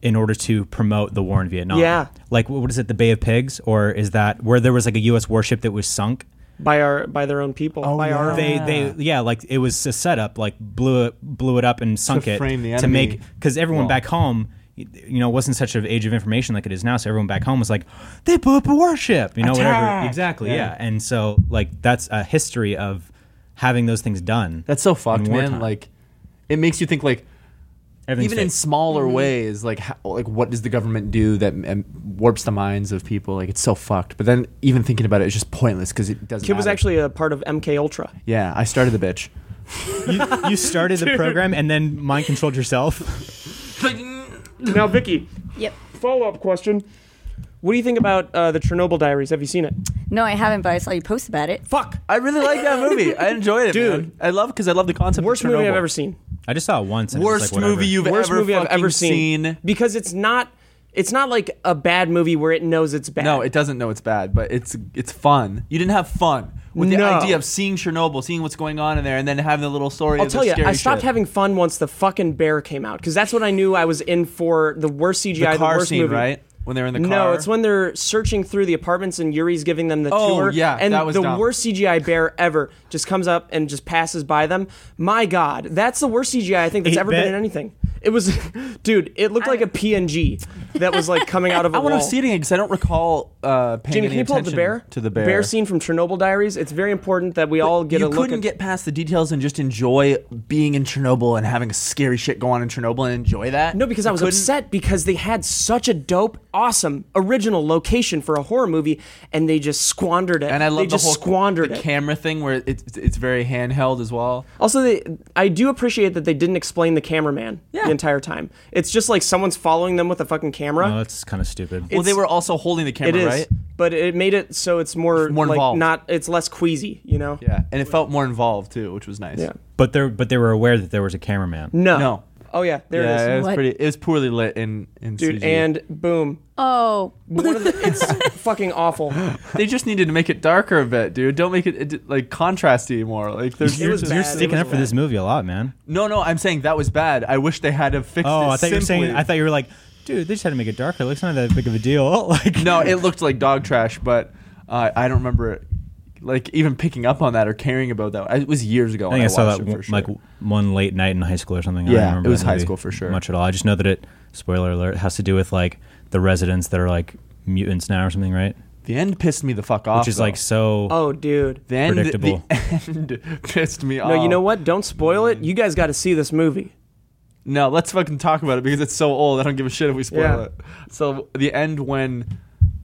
S2: in order to promote the war in Vietnam.
S1: Yeah.
S2: Like what what is it, the Bay of Pigs, or is that where there was like a U.S. warship that was sunk?
S1: by our by their own people.
S3: Oh,
S1: by our
S2: They they yeah like it was a setup like blew it blew it up and sunk it
S3: frame the
S2: to
S3: enemy.
S2: make because everyone
S3: Well.
S2: back home y- you know wasn't such an age of information like it is now so everyone back home was like they blew up a warship you know whatever
S3: Attack!
S2: exactly yeah.
S3: Yeah.
S2: and so like that's a history of having those things done
S3: That's so fucked,
S2: In
S3: man.
S2: wartime.
S3: Like, it makes you think like
S2: Everything's
S3: even in
S2: fake.
S3: smaller ways, like how, like what does the government do that um, warps the minds of people? Like it's so fucked. But then even thinking about it is just pointless because it doesn't.
S1: kid was
S3: matter.
S1: actually a part of MK Ultra.
S3: yeah. I started the bitch.
S2: you, you
S3: *laughs*
S2: started the program and then mind controlled yourself
S1: Now, Vicky,
S4: Yep.
S1: follow up question. What do you think about uh, the Chernobyl Diaries? Have you seen it?
S4: No, I haven't, but I saw you post about it.
S1: Fuck.
S3: I really like that movie. I enjoyed it,
S1: Dude.
S3: man. I love because I love the concept.
S1: Worst
S3: of
S1: movie I've
S3: Chernobyl.
S1: ever seen.
S2: I just saw it once. And it was
S3: Worst
S2: like, whatever.
S3: movie you've
S1: Worst
S3: ever
S1: movie I've
S3: fucking
S1: ever seen.
S3: seen.
S1: Because it's not. It's not like a bad movie where it knows it's bad.
S3: No, it doesn't know it's bad, but it's it's fun. You didn't have fun with the
S1: No.
S3: idea of seeing Chernobyl, seeing what's going on in there, and then having the little story.
S1: I'll
S3: of
S1: tell
S3: the
S1: you,
S3: scary
S1: I stopped
S3: shit.
S1: having fun once the fucking bear came out because that's when I knew I was in for the worst
S3: the
S1: CGI, the,
S3: car
S1: worst
S3: scene,
S1: movie.
S3: right? When they were in the car.
S1: No, it's when they're searching through the apartments and Yuri's giving them the
S3: Oh,
S1: tour.
S3: yeah,
S1: and
S3: that was
S1: the
S3: dumb.
S1: worst CGI bear ever just comes up and just passes by them. My God, that's the worst CGI I think that's
S2: Eight
S1: ever
S2: bit?
S1: been in anything. It was, *laughs* dude, it looked like a PNG that was like coming
S3: *laughs*
S1: out of a
S3: I want
S1: wall.
S3: to see it again because I don't recall uh, paying
S1: Jamie,
S3: any
S1: can you pull up the
S3: attention
S1: bear?
S3: to the bear.
S1: Bear scene from Chernobyl Diaries. It's very important that we all get
S3: you
S1: a look
S3: couldn't
S1: at.
S3: get past the details and just enjoy being in Chernobyl and having scary shit go on in Chernobyl and enjoy that.
S1: No, because
S3: You
S1: I was
S3: couldn't-
S1: upset because they had such a dope, awesome, original location for a horror movie, and they just squandered it.
S3: And I love
S1: they
S3: the
S1: just
S3: whole
S1: squandered
S3: the
S1: it.
S3: camera thing where it's it's very handheld as well.
S1: also, they, I do appreciate that they didn't explain the cameraman
S3: Yeah.
S1: the entire time. It's just like someone's following them with a fucking camera.
S2: Oh, that's kind of stupid.
S3: well, they
S1: It's-
S3: were also holding the
S1: it
S3: camera,
S1: is,
S3: right?
S1: but it made it so it's more,
S3: more
S1: like
S3: involved.
S1: not. It's less queasy, you know.
S3: Yeah, and it felt more involved too, which was nice.
S1: Yeah.
S2: but they but they were aware that there was a cameraman.
S1: No.
S3: No.
S1: Oh yeah, there
S3: yeah,
S1: it
S3: it
S1: is.
S3: was
S4: What?
S3: pretty. It was poorly lit in in
S1: Dude,
S3: CG.
S1: and boom.
S4: *laughs* Oh,
S1: One of
S3: *laughs*
S1: the, it's fucking awful.
S3: they just needed to make it darker a bit, dude. Don't make it, it like contrasty more. Like there's
S1: It was
S3: just-
S1: bad.
S2: You're
S1: it
S2: sticking
S1: was
S2: up for
S1: bad.
S2: this movie a lot, man.
S3: No, no, I'm saying that was bad. I wish they had have fixed it.
S2: Oh, I thought you were saying.
S3: simply.
S2: I thought you were like, dude, they just had to make it darker. It looks not that big of a deal. *laughs* like,
S3: no, it looked like dog trash, but uh, I don't remember like even picking up on that or caring about that. I- It was years ago.
S2: I think I,
S3: when
S2: saw
S3: watched
S2: that
S3: it
S2: one,
S3: for
S2: like
S3: sure.
S2: one late night in high school or something. I
S3: Yeah,
S2: don't remember
S3: it was
S2: that
S3: high
S2: movie
S3: school for sure.
S2: Much at all. I just know that it. Spoiler alert has to do with like the residents that are like mutants now or something, right?
S3: the end pissed me the fuck off.
S2: Which is
S3: though.
S2: like so.
S3: uh,
S1: Oh, dude.
S3: the end,
S2: predictable.
S3: The *laughs* end pissed me off.
S1: No, you know what? Don't spoil it. You guys got to see this movie.
S3: No, let's fucking talk about it because it's so old. I don't give a shit if we spoil
S1: Yeah.
S3: it. So the end when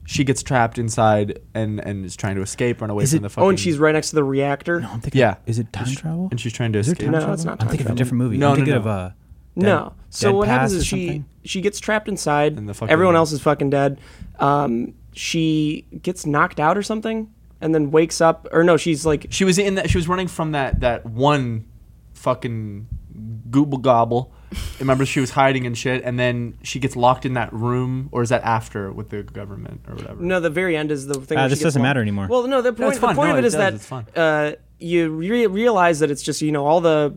S3: she gets trapped inside and and is trying to escape, run away
S2: Is
S3: from
S2: it-
S3: the fucking.
S1: Oh, and she's right next to the reactor.
S2: I'm thinking.
S3: yeah.
S2: Is it time travel?
S3: and she's trying to
S2: Is there
S3: escape.
S2: time
S1: No,
S2: travel?
S1: it's not
S2: I'm
S1: time
S2: thinking of a
S1: travel.
S2: different movie.
S3: No,
S2: I'm
S3: no,
S2: thinking
S3: no.
S2: of uh,
S1: No.
S2: Dead-
S1: So
S2: Dead
S1: what happens
S2: Pass or
S1: is she
S2: something?
S1: she gets trapped inside.
S3: And the fucking-
S1: Everyone else is fucking dead. Um, she gets knocked out or something, and then wakes up. Or no, she's like
S3: She was in that. She was running from that that one fucking gooble gobble. Remember, she was hiding and shit, and then she gets locked in that room, or is that after with the government or whatever?
S1: no. The very end is the thing.
S2: Ah,
S1: where she
S2: this
S1: gets
S2: doesn't
S1: locked-
S2: matter anymore.
S1: Well, no. The point,
S3: it's fun.
S1: The point
S3: No,
S1: of it
S3: it
S1: is
S3: does.
S1: that
S3: It's fun.
S1: Uh, you re- realize that it's just you know all the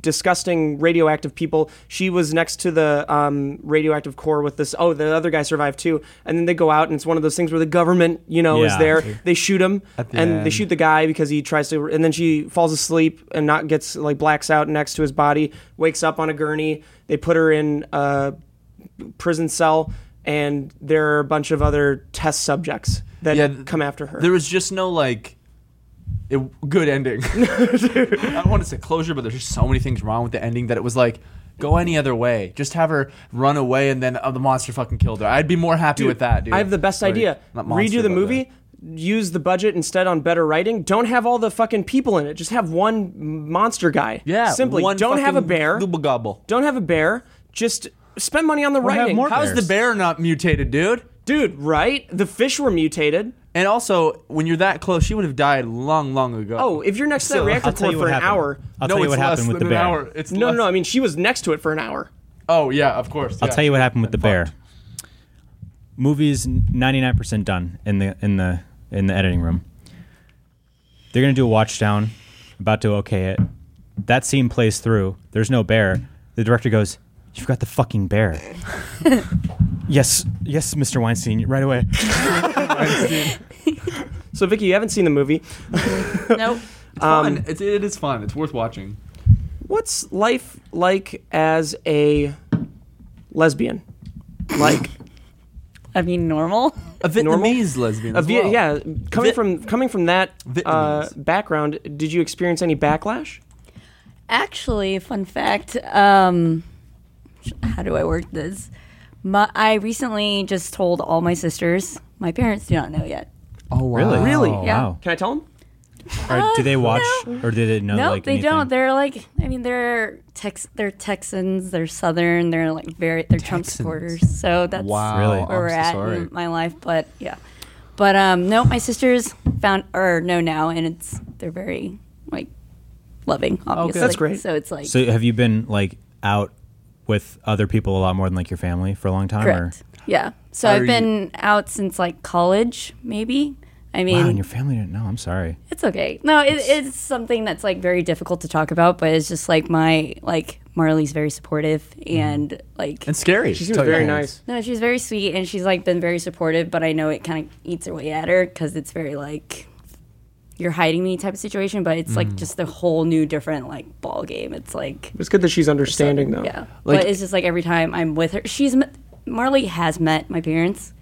S1: disgusting radioactive people. She was next to the um, radioactive core with this. Oh, the other guy survived too. And then they go out, and it's one of those things where the government you know is
S2: Yeah.
S1: there. They shoot him,
S3: the
S1: and they
S3: end.
S1: shoot the guy because he tries to. And then she falls asleep and not gets like blacks out next to his body. Wakes up on a gurney. They put her in uh, a prison cell. And there are a bunch of other test subjects that
S3: Yeah, th-
S1: come after her.
S3: There was just no like. It,
S1: *laughs*
S3: good ending. I don't want to say closure, but there's just so many things wrong with the ending that it was like, go any other way. Just have her run away, and then oh, the monster fucking killed her. I'd be more happy with that, dude.
S1: I have the best
S3: Like,
S1: idea.
S3: not monster,
S1: Redo the
S3: but uh,
S1: movie. Use the budget instead on better writing. Don't have all the fucking people in it. Just have one monster guy.
S3: Yeah,
S1: Simply
S3: one
S1: don't have a
S3: fucking
S1: bear.
S3: Gooble gobble.
S1: Don't have a bear. Just spend money on the
S2: have
S1: writing.
S2: more
S1: How-
S3: How's the bear not mutated, dude?
S1: Dude, right? The fish were mutated.
S3: And also, when you're that close, she would have died long, long ago.
S1: Oh, if you're next to that
S3: So-
S1: reactor
S2: I'll tell
S1: core
S2: you
S1: for
S2: what
S1: an
S2: happened.
S1: hour.
S2: I'll tell you what
S3: it's
S2: happened
S3: less
S2: with the
S3: than an
S2: bear.
S3: hour. It's
S1: No, no,
S3: less-
S1: no. I mean, she was next to it for an hour.
S3: Oh yeah, of course.
S2: I'll
S3: yeah.
S2: tell you what happened with the
S3: Been
S2: bear.
S3: fucked.
S2: Movies ninety nine percent done in the in the in the editing room. They're gonna do a watch down, about to okay it. That scene plays through. There's no bear. The director goes, "You forgot the fucking bear."
S4: *laughs*
S2: yes, yes, Mr. Weinstein, right away.
S1: So, Vicky, you haven't seen the movie. *laughs*
S4: nope.
S3: It's fun. It's, it is fun. It's worth watching.
S1: What's life like as a lesbian? Like,
S4: I mean, normal.
S3: A
S1: Normal?
S3: Vietnamese lesbian.
S1: A
S3: as
S1: Viet-
S3: well.
S1: Yeah, coming
S3: Viet-
S1: from coming from that uh,
S3: Vietnamese.
S1: background, did you experience any backlash?
S4: Actually, fun fact. Um, sh- how do I work this? My, I recently just told all my sisters. My parents do not know yet.
S3: Oh wow.
S2: Really?
S1: Really?
S2: Oh,
S4: Yeah.
S2: Wow.
S1: Can I tell them?
S2: Or do they watch or do they know?
S4: No,
S2: like,
S4: they
S2: anything?
S4: don't. They're like, I mean, they're Tex, they're Texans, they're Southern, they're like very, they're Trump
S3: Texans.
S4: supporters. So that's
S3: Wow,
S2: Really?
S4: where we're
S3: I'm so
S4: at
S3: sorry.
S4: in my life. But yeah, but um, no, my sisters found or know now, and it's they're very like loving.
S3: Oh,
S4: Obviously,
S1: That's great.
S4: So it's like
S2: So have you been like out with other people a lot more than like your family for a long time?
S4: correct. Yeah. So
S3: Are
S4: I've
S3: you-
S4: been out since like college, maybe. I
S2: Or? Wow,
S4: mean,
S2: and your family didn't know. I'm sorry.
S4: It's okay. No, it, it's something that's like very difficult to talk about, but it's just like my like Marley's very supportive and
S2: Mm-hmm.
S4: like
S3: and scary.
S1: She
S3: to
S1: seems
S3: tell you
S1: very
S3: the
S1: nice.
S4: no, she's very sweet and she's like been very supportive, but I know it kind of eats away at her because it's very like you're hiding me type of situation, but it's
S1: Mm-hmm.
S4: like just a whole new different like ball game. It's like
S1: It's good that she's understanding though.
S4: yeah,
S3: Like-
S4: but it's just like every time I'm with her, she's met, Marley has met my parents,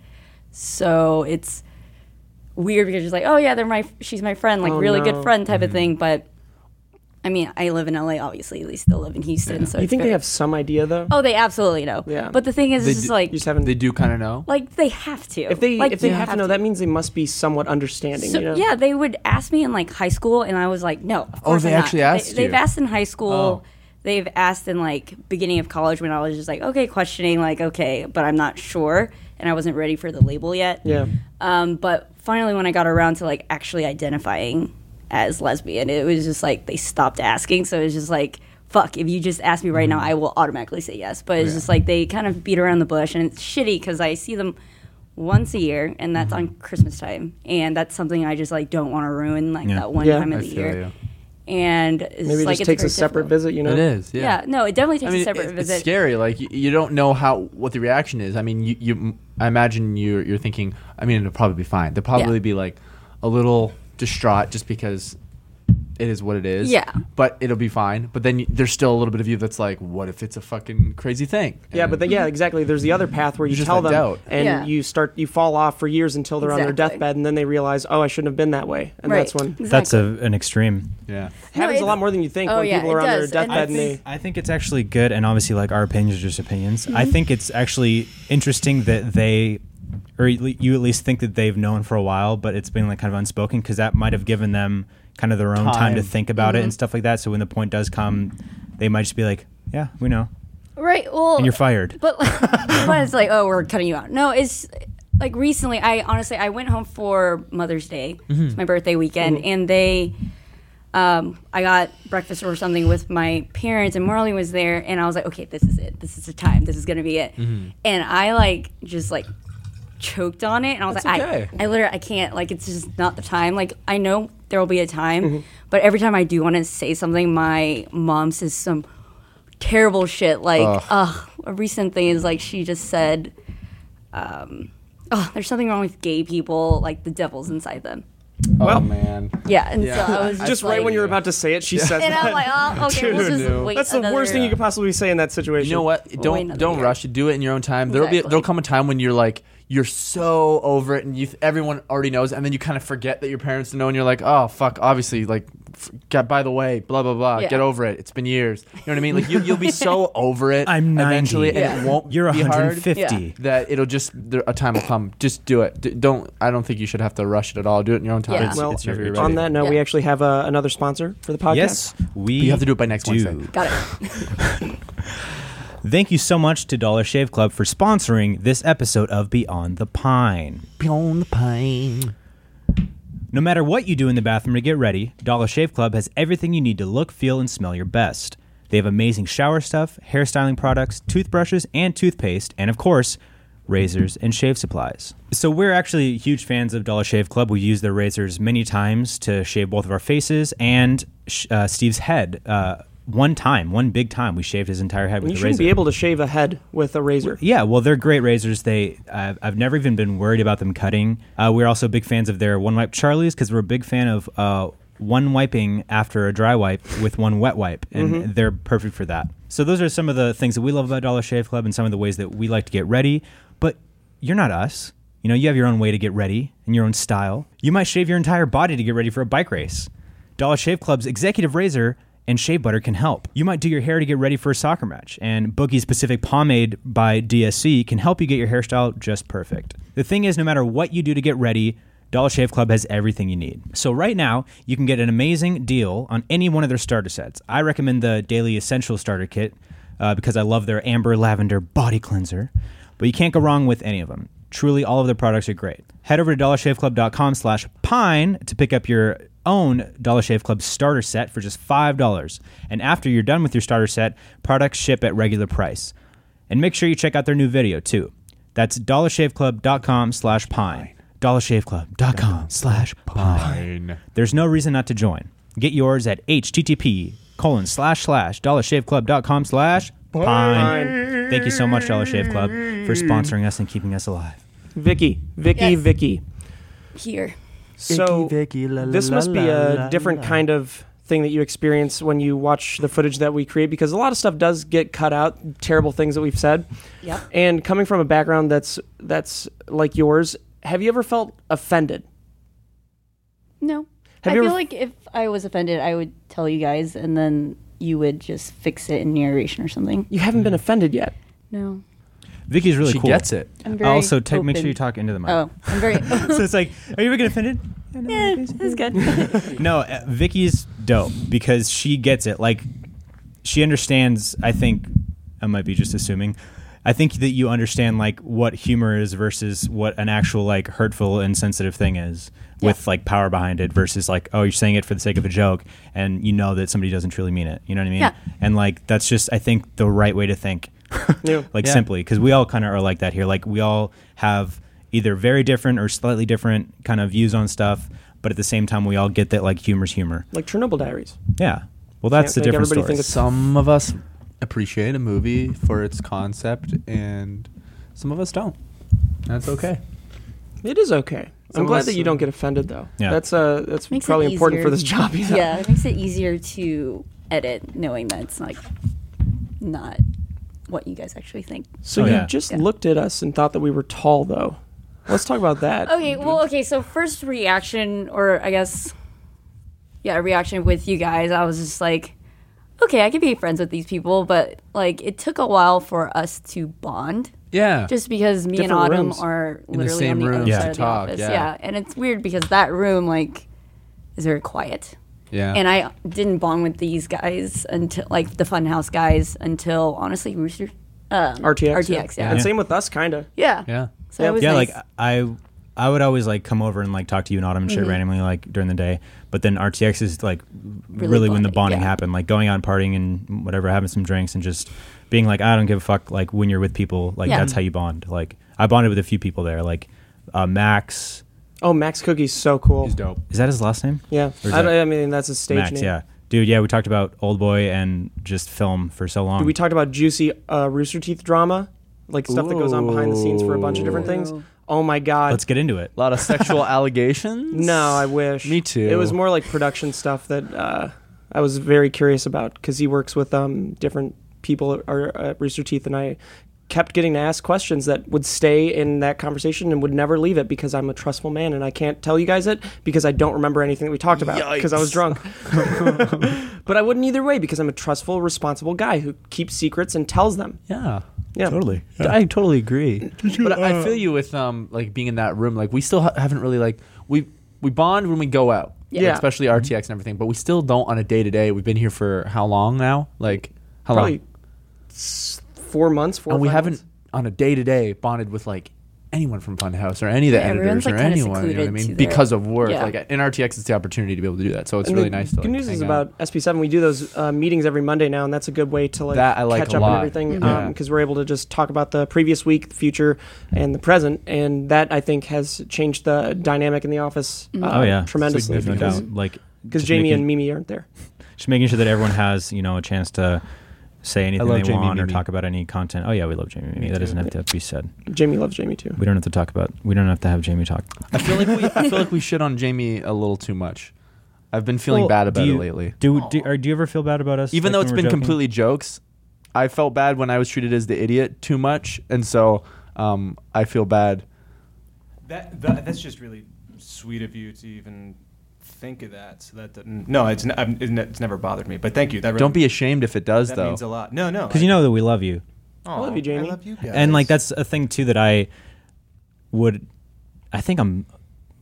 S4: so it's weird because she's like, oh yeah, they're my she's my friend, like
S1: Oh,
S4: really
S1: no.
S4: good friend type of thing. But I mean, I live in LA, obviously. They still live in Houston, so
S1: You
S4: it's
S1: think they
S4: very-
S1: have some idea though?
S4: Oh, they absolutely know.
S1: Yeah.
S4: But the thing is,
S3: They
S4: it's just
S3: do-
S4: like
S1: You just haven't.
S3: They do kind of know.
S4: like they have to.
S1: if they
S4: like,
S1: if they
S4: you
S1: have, to know, that means they must be somewhat understanding.
S4: So,
S1: you know?
S4: Yeah, they would ask me in like high school, and I was like, no. Of
S3: Oh,
S4: course
S3: they
S4: I'm not.
S3: actually asked
S4: They,
S3: you.
S4: have asked in high school.
S3: Oh.
S4: They've asked in like beginning of college when I was just like, okay, questioning, like, okay, but I'm not sure, and I wasn't ready for the label yet.
S1: Yeah.
S4: Um, but finally, when I got around to like actually identifying as lesbian, it was just like they stopped asking. So it was just like, fuck, if you just ask me right
S1: Mm-hmm.
S4: now, I will automatically say yes. But it's just like they kind of beat around the bush, and it's shitty because I see them once a year, and that's
S1: Mm-hmm.
S4: on Christmas time, and that's something I just like don't want to ruin like
S2: Yeah.
S4: that one
S1: Yeah.
S4: time of
S3: I
S4: the
S3: feel
S4: year.
S3: you.
S4: And it's
S1: Maybe it
S4: like
S1: just
S4: it's
S1: takes a
S4: very
S1: separate
S4: difficult.
S1: visit. You know.
S3: It is.
S4: Yeah. no, it definitely takes
S3: I mean,
S4: a separate
S3: it-
S4: visit.
S3: it's scary. Like you, you don't know how what the reaction is. I mean, you, you I imagine you you're thinking. I mean, it'll probably be fine. They'll probably
S4: Yeah.
S3: be like a little distraught just because it is what it is.
S4: Yeah.
S3: But it'll be fine. But then you, there's still a little bit of you that's like, what if it's a fucking crazy thing?
S1: Yeah, but the, yeah, exactly. There's the other path where you
S3: Just
S1: tell
S3: that
S1: them,
S3: doubt.
S1: and
S4: Yeah.
S1: you start you fall off for years until they're on their
S4: Exactly.
S1: deathbed, and then they realize, oh, I shouldn't have been that way, and
S4: right.
S1: that's when
S2: That's a, an extreme.
S3: yeah.
S1: happens a
S4: it-
S1: lot more than you think
S4: Oh,
S1: when
S4: yeah,
S1: people are
S4: it
S1: on
S4: does,
S1: their
S4: and
S1: deathbed and,
S4: it's-
S1: they.
S2: I think it's actually good, and obviously, like our opinions are just opinions. I think it's actually interesting that they, or at le- you at least think that they've known for a while, but it's been like kind of unspoken because that might have given them kind of their own time, to
S3: Time.
S2: think about it and stuff like that. So when the point does come, they might just be like, "Yeah, we know,"
S4: right. Well,
S2: and you're fired.
S4: But but it's like, oh, we're cutting you out. No, it's like recently. I honestly, I went home for Mother's Day. It's my birthday weekend, and they, um, I got breakfast or something with my parents, and Marley was there, and I was like, okay, this is it. This is the time. This is gonna be it.
S3: Mm-hmm.
S4: And I like just like choked on it, and I was
S3: That's
S4: like,
S3: okay.
S4: I, I literally, I can't. Like, it's just not the time. Like, I know there will be a time,
S3: Mm-hmm.
S4: but every time I do want to say something, my mom says some terrible shit. Like,
S3: Ugh.
S4: ugh. a recent thing is like she just said, um, oh, there's something wrong with gay people. Like, the devil's inside them.
S3: oh man.
S4: Yeah, and
S3: Yeah.
S4: so I
S3: I
S4: was just,
S1: Just
S4: like,
S1: right when you're about to say it, she says
S4: And I'm
S1: that.
S4: like, oh, okay, we'll
S1: Dude,
S4: just
S3: no.
S4: wait.
S1: *laughs* That's the
S4: another-
S1: worst thing you could possibly say in that situation.
S3: You know what? Don't
S4: another
S3: don't
S4: year.
S3: rush it. Do it in your own time. There'll be
S4: Exactly.
S3: there'll come a time when you're like you're so over it, and you th- everyone already knows, and then you kind of forget that your parents know, and you're like, oh fuck, obviously, like, f- get by the way, blah blah blah,
S4: Yeah.
S3: get over it. It's been years. You know what I mean? Like you you'll be
S4: *laughs*
S3: so over it.
S2: I'm 90.
S3: eventually, and
S4: Yeah.
S3: it won't.
S2: You're
S3: be hard
S2: 150.
S4: Yeah.
S3: That it'll just there, a time will come. Just do it. D- don't. I don't think you should have to rush it at all. Do it in your own time.
S4: Yeah. It's-
S1: Well,
S2: it's your-
S3: whenever you're
S1: on
S3: ready.
S1: that note, we
S4: Yeah.
S1: actually have uh, another sponsor for the podcast.
S2: Yes, we.
S3: you have to do it by next
S2: do.
S3: Wednesday.
S4: *laughs* Got it.
S2: Thank you so much to Dollar Shave Club for sponsoring this episode of Beyond the Pine.
S3: Beyond the pain.
S2: No matter what you do in the bathroom to get ready, Dollar Shave Club has everything you need to look, feel, and smell your best. They have amazing shower stuff, hairstyling products, toothbrushes, and toothpaste, and of course, razors and shave supplies. So we're actually huge fans of Dollar Shave Club. We use their razors many times to shave both of our faces and sh- uh, Steve's head. Uh, one time, one big time, we shaved his entire head with
S1: You
S2: the
S1: shouldn't
S2: razor.
S1: be able to shave a head with a razor.
S2: Yeah, well, they're great razors. They, I've, I've never even been worried about them cutting. Uh, we're also big fans of their one wipe Charlies because we're a big fan of uh, one wiping after a dry wipe with one wet wipe, and they're perfect for that. So those are some of the things that we love about Dollar Shave Club, and some of the ways that we like to get ready. But you're not us. You know, you have your own way to get ready and your own style. You might shave your entire body to get ready for a bike race. Dollar Shave Club's executive razor and shave butter can help. You might do your hair to get ready for a soccer match, and Boogie's Pacific Pomade by DSC can help you get your hairstyle just perfect. The thing is, no matter what you do to get ready, Dollar Shave Club has everything you need. So right now, you can get an amazing deal on any one of their starter sets. I recommend the Daily Essential Starter Kit uh, because I love their Amber Lavender Body Cleanser, but you can't go wrong with any of them. Truly, all of their products are great. Head over to dollarshaveclub.com slash pine to pick up your own Dollar Shave Club starter set for just $5. And after you're done with your starter set, products ship at regular price. And make sure you check out their new video, too. That's dollarshaveclub.com slash pine. dollarshaveclub.com slash pine. There's no reason not to join. Get yours at http colon slash slash dollarshaveclub.com slash pine. Thank you so much, Dollar Shave Club, for sponsoring us and keeping us alive.
S1: Vicky, Vicky,
S4: Yes.
S1: Vicky.
S4: Here.
S1: So
S3: Vicky, la, la,
S1: this
S3: la,
S1: must be
S3: la,
S1: a
S3: la,
S1: different kind of thing that you experience when you watch the footage that we create because a lot of stuff does get cut out, terrible things that we've said.
S4: Yep.
S1: And coming from a background that's that's like yours, have you ever felt offended?
S4: No.
S1: Have
S4: I
S1: you
S4: feel
S1: ever-
S4: like if I was offended, I would tell you guys, and then you would just fix it in narration or something.
S1: You haven't
S2: Hmm.
S1: been offended yet.
S4: No.
S2: Vicky's really
S3: she
S2: cool.
S3: gets it.
S4: I'm very
S2: Also, take, make
S4: open.
S2: sure you talk into the mic.
S4: Oh, *laughs*
S1: *laughs*
S4: I'm very.
S2: *laughs* so it's like, are you ever getting offended?
S4: yeah, *laughs*
S1: *laughs*
S4: that's
S2: *laughs*
S4: good.
S2: No, uh, Vicky's dope because she gets it. Like, she understands. I think I might be just assuming. I think that you understand like what humor is versus what an actual like hurtful, insensitive thing is, with like power behind it versus like oh you're saying it for the sake of a joke and you know that somebody doesn't truly mean it. You know what I mean?
S4: Yeah.
S2: And like that's just I think the right way to think.
S1: Yeah.
S2: like
S3: Yeah.
S2: simply because we all kind of are like that here like we all have either very different or slightly different kind of views on stuff but at the same time we all get that like humor's humor
S1: Like Chernobyl Diaries.
S2: yeah well that's the
S1: Can't make
S2: different
S1: everybody
S2: story
S1: think it's-
S3: Some of us appreciate a movie for its concept, and some of us don't. That's okay.
S1: It is okay.
S3: Some
S1: I'm
S3: of
S1: glad
S3: us,
S1: that you
S3: uh,
S1: don't get offended though.
S2: Yeah.
S1: That's uh that's
S4: Makes it
S1: probably important
S4: easier.
S1: for this job. you know?
S4: Yeah, it makes it easier to edit knowing that it's like not what you guys actually think.
S1: So
S2: Oh,
S1: you
S2: yeah.
S1: just
S4: Yeah.
S1: looked at us and thought that we were tall though. Let's talk about that.
S4: Okay,
S3: Mm-hmm.
S4: well, okay, so first reaction, or I guess, yeah, reaction with you guys, I was just like, okay, I could be friends with these people, but like it took a while for us to bond.
S3: Yeah.
S4: Just because me
S1: Different
S4: and Autumn
S1: rooms.
S4: are
S3: the
S4: literally
S3: same
S4: on the
S3: rooms
S4: other
S3: to
S4: side of the
S3: talk,
S4: office.
S3: yeah.
S4: Yeah. and it's weird because that room like is very quiet,
S3: yeah.
S4: and I didn't bond with these guys until like the Funhouse guys until honestly Rooster um,
S1: RTX.
S4: RTX, yeah,
S1: And
S4: yeah.
S1: same with us kinda.
S3: yeah.
S4: So it was
S2: yeah
S4: nice.
S2: like i i would always like come over and like talk to you and autumn and shit
S4: Mm-hmm.
S2: randomly like during the day but then rtx is like really, when the
S4: bonding,
S2: bonding
S4: yeah.
S2: happened like going out and partying and whatever having some drinks and just being like i don't give a fuck like when you're with people like
S4: Yeah.
S2: that's how you bond like i bonded with a few people there like uh, max
S1: Oh Max Cookie's so cool.
S3: He's dope.
S2: Is that his last name?
S1: Yeah,
S2: Or is
S1: I,
S2: that-
S1: I mean that's a stage
S2: Max.
S1: name.
S2: Yeah, dude. Yeah, we talked about Old Boy and just film for so long.
S1: We talked about juicy uh, Rooster Teeth drama, like stuff that goes on behind the scenes for a bunch of different things.
S4: Ooh.
S1: Oh my god!
S2: Let's get into it.
S3: A lot of *laughs* sexual allegations.
S1: no, I wish.
S3: Me too.
S1: It was more like production stuff that uh, I was very curious about because he works with um, different people at, or, at Rooster Teeth, and I kept getting to ask questions that would stay in that conversation and would never leave it because I'm a trustful man and I can't tell you guys it because I don't remember anything that we talked about because I was
S3: Yikes.
S1: drunk.
S3: *laughs*
S1: *laughs* but I wouldn't either way because I'm a trustful, responsible guy who keeps secrets and tells them.
S3: Yeah.
S1: Yeah.
S2: Totally.
S3: I totally agree. but I, I feel you with um like being in that room. Like we still ha- haven't really like we we bond when we go out.
S1: Yeah. Yeah.
S3: Especially RTX and everything, but we still don't on a day to day. We've been here for how long now? Like how
S1: Probably
S3: long?
S1: s- four months, four.
S3: And we
S1: or five
S3: haven't
S1: months.
S3: on a day to day bonded with like anyone from Funhouse or any of the
S4: Yeah,
S3: editors
S4: everyone's,
S3: or
S4: like, kinda
S3: anyone. You know what I
S4: secluded
S3: mean?
S4: to their-
S3: Because of work.
S4: Yeah.
S3: Like in RTX, it's the opportunity to be able to do that. So it's
S1: And
S3: really
S1: the
S3: nice. To, like,
S1: good news is
S3: hang out.
S1: about SP7. We do those uh, meetings every Monday now, and that's a good way to like
S3: That I like
S1: catch
S3: a
S1: up
S3: lot.
S1: on everything
S3: Mhm. Yeah.
S1: because we're able to just talk about the previous week, the future, and the present, and that I think has changed the dynamic in the office. Uh,
S2: Oh yeah,
S1: tremendously
S2: There's no
S1: because
S2: doubt. Like
S1: because
S2: just
S1: Jamie
S2: making,
S1: and Mimi aren't there.
S2: just making sure that everyone has you know a chance to say anything
S3: love
S2: they
S3: Jamie
S2: want or
S3: Mimi.
S2: talk about any content. Oh yeah, we love Jamie. Mimi. That doesn't have to be said.
S1: Jamie loves Jamie too.
S2: We don't have to talk about. We don't have to have Jamie talk.
S3: I feel like we I feel like we shit on Jamie a little too much. I've been feeling
S2: Well,
S3: bad about
S2: do you-
S3: it lately.
S2: Do do, or do you ever feel bad about us? like,
S3: Even though
S2: when
S3: it's
S2: we're
S3: been
S2: joking?
S3: completely jokes, I felt bad when I was treated as the idiot too much, and so um, I feel bad.
S6: That, that that's just really sweet of you to even think of that. So that doesn't. No, it's n- I'm- it's, ne- it's never bothered me. But thank you. That really,
S3: Don't be ashamed if it does,
S6: That
S3: though.
S6: means a lot. No, no.
S2: because you know that we love you.
S6: I
S1: love you, Jamie.
S6: I love you guys.
S2: and like that's a thing too that I would I think I'm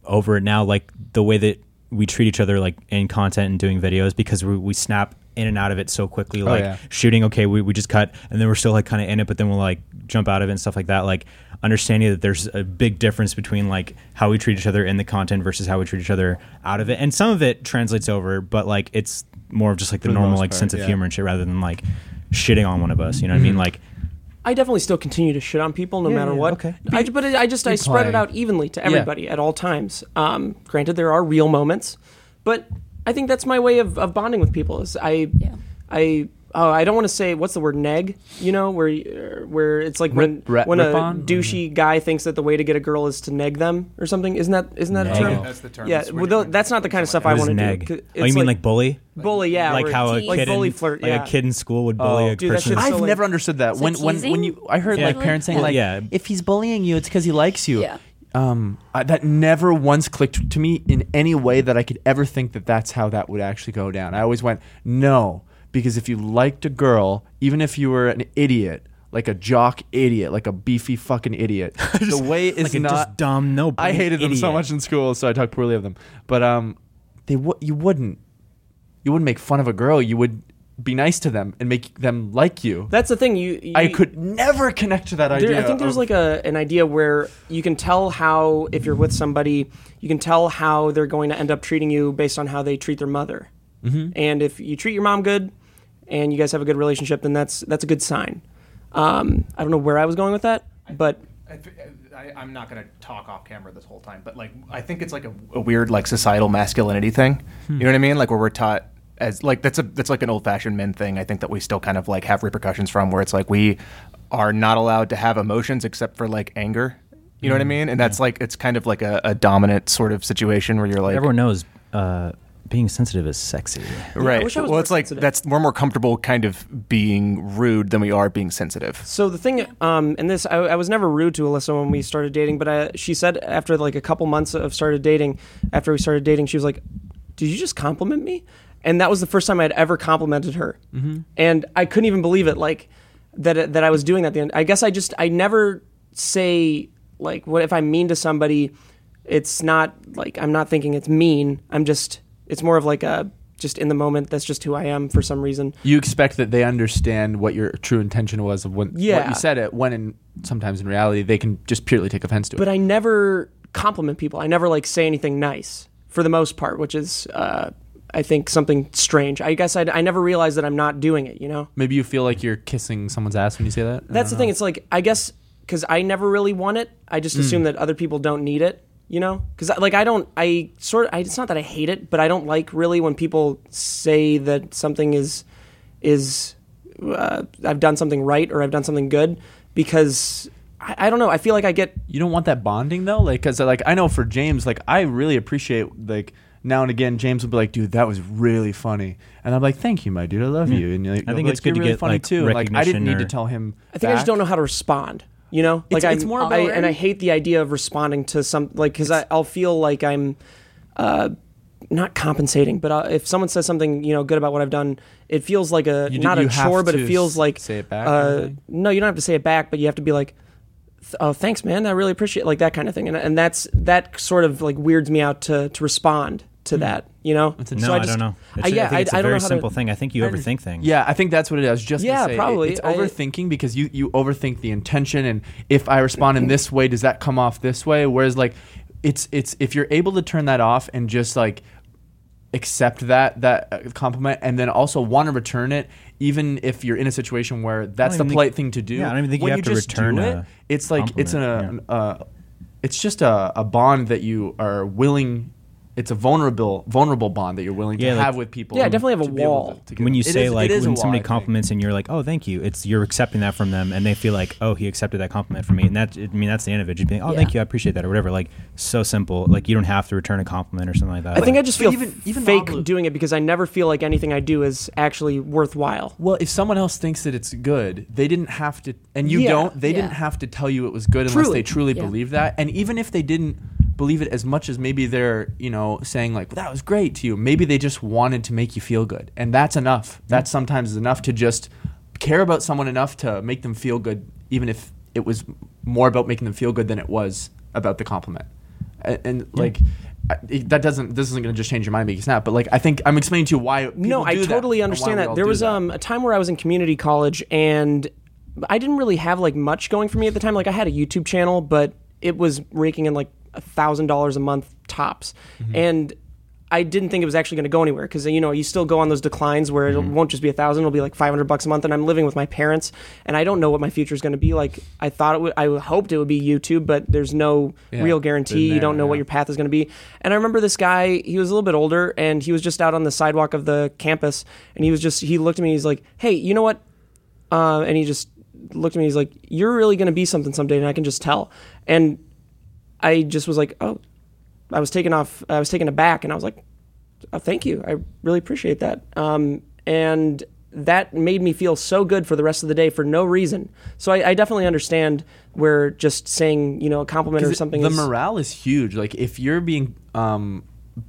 S2: over it now, like the way that we treat each other, like in content and doing videos, because we, we snap in and out of it so quickly. Like
S3: Oh, yeah.
S2: shooting, okay, we, we just cut, and then we're still like kind of in it, but then we'll like jump out of it and stuff like that. Like understanding that there's a big difference between like how we treat each other in the content versus how we treat each other out of it, and some of it translates over, but like it's more of just like the
S3: the
S2: normal
S3: most
S2: like
S3: part,
S2: sense of
S3: yeah. Mm-hmm.
S2: humor and shit rather than like shitting on one of us. You know what I mean? Like
S1: I definitely still continue to shit on people no matter
S2: yeah,
S1: what.
S2: okay.
S1: I, but I just I spread it
S3: playing.
S1: out evenly to everybody at all times. Um, granted, there are real moments, but I think that's my way of, of bonding with people. Is I,
S4: Yeah.
S1: I. Oh, I don't want to say what's the word neg. You know where you- where it's like when
S3: Rip- rip-
S1: when a
S3: rip on?
S2: Mm-hmm.
S1: douchey guy thinks that the way to get a girl is to neg them or something. Isn't that isn't that a
S2: Neg.
S1: term?
S6: That's the term.
S1: Yeah,
S6: It's
S1: well,
S6: weird.
S1: tho- that's not the kind of stuff I
S2: what is
S1: want to
S2: neg?
S1: do. 'Cause
S2: Oh, you
S1: it's
S2: mean like bully?
S1: bully? Yeah,
S2: like
S1: or
S2: how a
S4: tease.
S2: kid
S1: like bully
S2: in,
S1: flirt.
S2: like
S1: Yeah,
S2: a kid in school would bully
S1: Oh,
S2: a
S1: dude, that
S2: person.
S1: shit's
S3: I've
S1: So, like-
S3: never understood that.
S4: So
S3: when when
S4: teasing?
S3: when you, I heard like
S4: Really?
S3: parents saying
S4: Well,
S3: like,
S2: yeah.
S3: if he's bullying you, it's because he likes you.
S4: Yeah.
S3: Um, I, that never once clicked to me in any way that I could ever think that that's how that would actually go down. I always went no because if you liked a girl, even if you were an idiot, like a jock idiot, like a beefy fucking idiot, the way is
S2: like a *laughs*
S3: not
S2: just dumb
S1: Oh,
S2: no.
S3: I hated them so
S2: idiot.
S3: much in school, so I talked poorly of them. But um, they w- you wouldn't you wouldn't make fun of a girl. You would be nice to them and make them like you.
S1: that's the thing. You,
S3: I
S1: you-
S3: could never connect to that idea.
S1: There, I think there's
S3: of-
S1: like a an idea where you can tell how if you're with somebody, you can tell how they're going to end up treating you based on how they treat their mother. Mm-hmm. And if you treat your mom good, and you guys have a good relationship, then that's that's a good sign. Um, I don't know where I was going with that, but
S6: I, I, I'm not going to talk off camera this whole time, but like I think it's like a, a weird like societal masculinity thing.
S1: Hmm.
S6: You know what I mean? Like where we're taught as like that's a that's like an old fashioned men thing. I think that we still kind of like have repercussions from where it's like we are not allowed to have emotions except for like anger. You know
S1: Hmm.
S6: what I mean? And that's like it's kind of like a, a dominant sort of situation where you're like
S2: Everyone knows uh, being sensitive is sexy.
S1: I
S6: right.
S1: wish I was
S6: well,
S1: more
S6: it's like
S1: sensitive.
S6: that's we're more comfortable kind of being rude than we are being sensitive.
S1: So the thing, um, and this, I, I was never rude to Alyssa when we started dating, but I, she said after like a couple months of started dating, after we started dating, she was like, "Did you just compliment me?" And that was the first time I had ever complimented her, and I couldn't even believe it, like that that I was doing that. The end. I guess I just I never say like what if I mean to somebody, it's not like I'm not thinking it's mean. I'm just it's more of like a just in the moment. That's just who I am for some reason.
S3: you expect that they understand what your true intention was of when what
S1: Yeah.
S3: you said it. When in sometimes in reality, they can just purely take offense to
S1: but
S3: it.
S1: I never compliment people. I never like say anything nice for the most part, which is, uh, I think, something strange. I guess I'd, I never realized that I'm not doing it. You know,
S3: Maybe you feel like you're kissing someone's ass when you say that. I
S1: that's the
S3: don't
S1: thing. It's like I guess because I never really want it. I just assume that other people don't need it. You know, because like I don't. I sort of. I, it's not that I hate it, but I don't like really when people say that something is is uh, I've done something right or I've done something good because. I, I don't know. I feel like I get
S3: you don't want that bonding though like because like i know for james like i really appreciate like now and again james will be like dude that was really funny and i'm like thank you my dude i love you and you're like,
S2: I think
S3: like,
S2: it's good
S3: "You're
S2: to
S3: really
S2: get,
S3: funny
S2: like,
S3: too And, like i didn't
S2: recognition
S3: need to
S2: or-
S3: tell him
S1: I think I just don't know how to respond. You know,
S3: It's-
S1: like
S3: it's
S1: I'm,
S3: more
S1: I,
S3: about-
S1: and I hate the idea of responding to some like because I'll feel like I'm uh, not compensating, but uh, if someone says something you know good about what I've done, it feels like a
S3: You do-
S1: not a
S3: you have
S1: chore, but
S3: to
S1: it feels like
S3: say it back or
S1: Uh,
S3: anything?
S1: no, you don't have to say it back, but you have to be like, th- oh, thanks, man, I really appreciate like that kind of thing, and and that's that sort of like weirds me out to to respond to
S3: Hmm.
S1: that. You know,
S2: No, I, don't know. It's,
S1: I- yeah,
S2: I think it's a
S1: I- I don't know
S2: very
S1: how to-
S2: simple thing. I think you overthink things.
S3: yeah i think that's what it is I was just gonna
S1: Yeah,
S3: say, it-
S1: probably.
S3: it's
S1: I-
S3: overthinking because you you overthink the intention and if i respond in this way does that come off this way whereas like it's it's if you're able to turn that off and just like accept that that uh, compliment and then also want to return it even if you're in a situation where that's the
S2: even think-
S3: polite thing to do
S2: yeah, I don't even think you
S3: when
S2: have to
S3: just
S2: return
S3: do
S2: a
S3: it it's like it's an, uh,
S2: compliment,
S3: an, uh, it's just a, a bond that you are willing it's a vulnerable vulnerable bond that you're willing
S2: Yeah,
S3: to
S2: like-
S3: have with people
S1: Yeah, I
S3: and
S1: definitely have a
S3: to be able
S1: wall.
S3: to- to get
S2: When you
S3: it
S2: say
S3: is-
S2: like
S3: it is a
S2: when
S3: wall,
S2: somebody
S3: I think.
S2: compliments and you're like, oh, thank you. It's you're accepting that from them, and they feel like, oh, he accepted that compliment from me, and that I mean that's the end of it. Just being, oh,
S4: Yeah.
S2: thank you, I appreciate that, or whatever. Like so simple. Like you don't have to return a compliment or something like that.
S1: I think I
S2: Like,
S1: just
S3: But
S1: feel
S3: even- even
S1: fake
S3: obli-
S1: doing it because I never feel like anything I do is actually worthwhile.
S3: Well, if someone else thinks that it's good, they didn't have to, and you
S1: Yeah.
S3: don't. They
S4: Yeah.
S3: didn't have to tell you it was good unless
S1: Truly.
S3: they truly
S4: Yeah.
S3: believe that. And even if they didn't believe it as much as maybe they're, you know, saying like that was great to you, maybe they just wanted to make you feel good, and that's enough.
S1: Mm.
S3: That sometimes is enough to just care about someone enough to make them feel good, even if it was more about making them feel good than it was about the compliment. Uh, and, and like I, it- that doesn't this isn't going to just change your mind because snap. But like I think I'm explaining to you why. People
S1: no, I
S3: do that
S1: totally
S3: and why we
S1: understand
S3: all
S1: that. There
S3: do
S1: was
S3: that.
S1: um a time where I was in community college and I didn't really have like much going for me at the time. Like I had a YouTube channel, but it was raking in like a thousand dollars a month tops,
S3: Mm-hmm.
S1: and I didn't think it was actually going to go anywhere because you know you still go on those declines where
S3: Mm-hmm.
S1: it won't just be a thousand; it'll be like five hundred bucks a month. And I'm living with my parents, and I don't know what my future is going to be like. I thought it would, I hoped it would be YouTube, but there's no real guarantee. you
S3: there,
S1: don't know what
S3: yeah.
S1: your path is going to be. And I remember this guy, he was a little bit older and he was just out on the sidewalk of the campus and he was just, he looked at me, he's like, hey, you know what? Uh, and he just looked at me, he's like, you're really going to be something someday and I can just tell. And I just was like, oh, I was taken off, I was taken aback and I was like, oh, thank you. I really appreciate that. Um, and that made me feel so good for the rest of the day for no reason. So I, I definitely understand where just saying, you know, a compliment or
S3: Because it-
S1: something
S3: The
S1: is,
S3: morale is huge. Like if you're being um,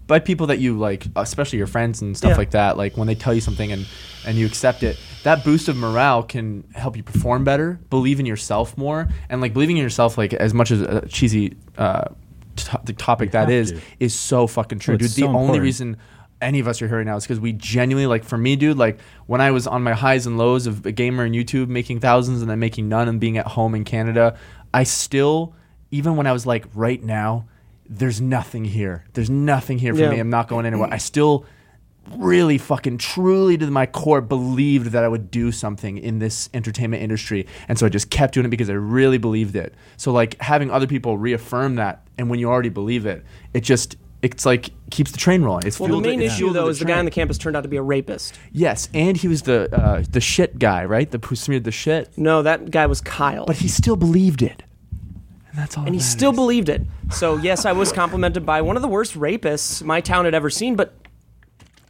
S3: by people that you like, especially your friends and stuff
S1: Yeah.
S3: like that. Like when they tell you something and and you accept it, that boost of morale can help you perform better, believe in yourself more, and like believing in yourself. Like as much as a cheesy uh, to- the topic that
S2: have
S3: is
S2: to.
S3: is so fucking true,
S2: Oh,
S3: dude.
S2: it's
S3: the
S2: so
S3: only
S2: important.
S3: reason any of us are here right now is because we genuinely like for me dude like when i was on my highs and lows of a gamer and youtube making thousands and then making none and being at home in canada i still even when i was like right now there's nothing here there's nothing here for
S1: Yeah.
S3: me i'm not going anywhere i
S1: Mm.
S3: still really fucking truly to my core believed that i would do something in this entertainment industry and so i just kept doing it because i really believed it so like having other people reaffirm that and when you already believe it it just it's like keeps the train rolling it's
S1: Well, the
S3: fuel to-
S1: main
S3: it's fuel
S1: issue
S3: to
S1: though is the guy
S3: train.
S1: on the campus turned out to be a rapist.
S3: Yes, and he was the uh, the shit guy, right? The who smeared the shit.
S1: No, that guy was Kyle,
S3: But he still believed it, and that's all.
S1: and he still believed it. So yes, I was complimented by one of the worst rapists my town had ever seen, but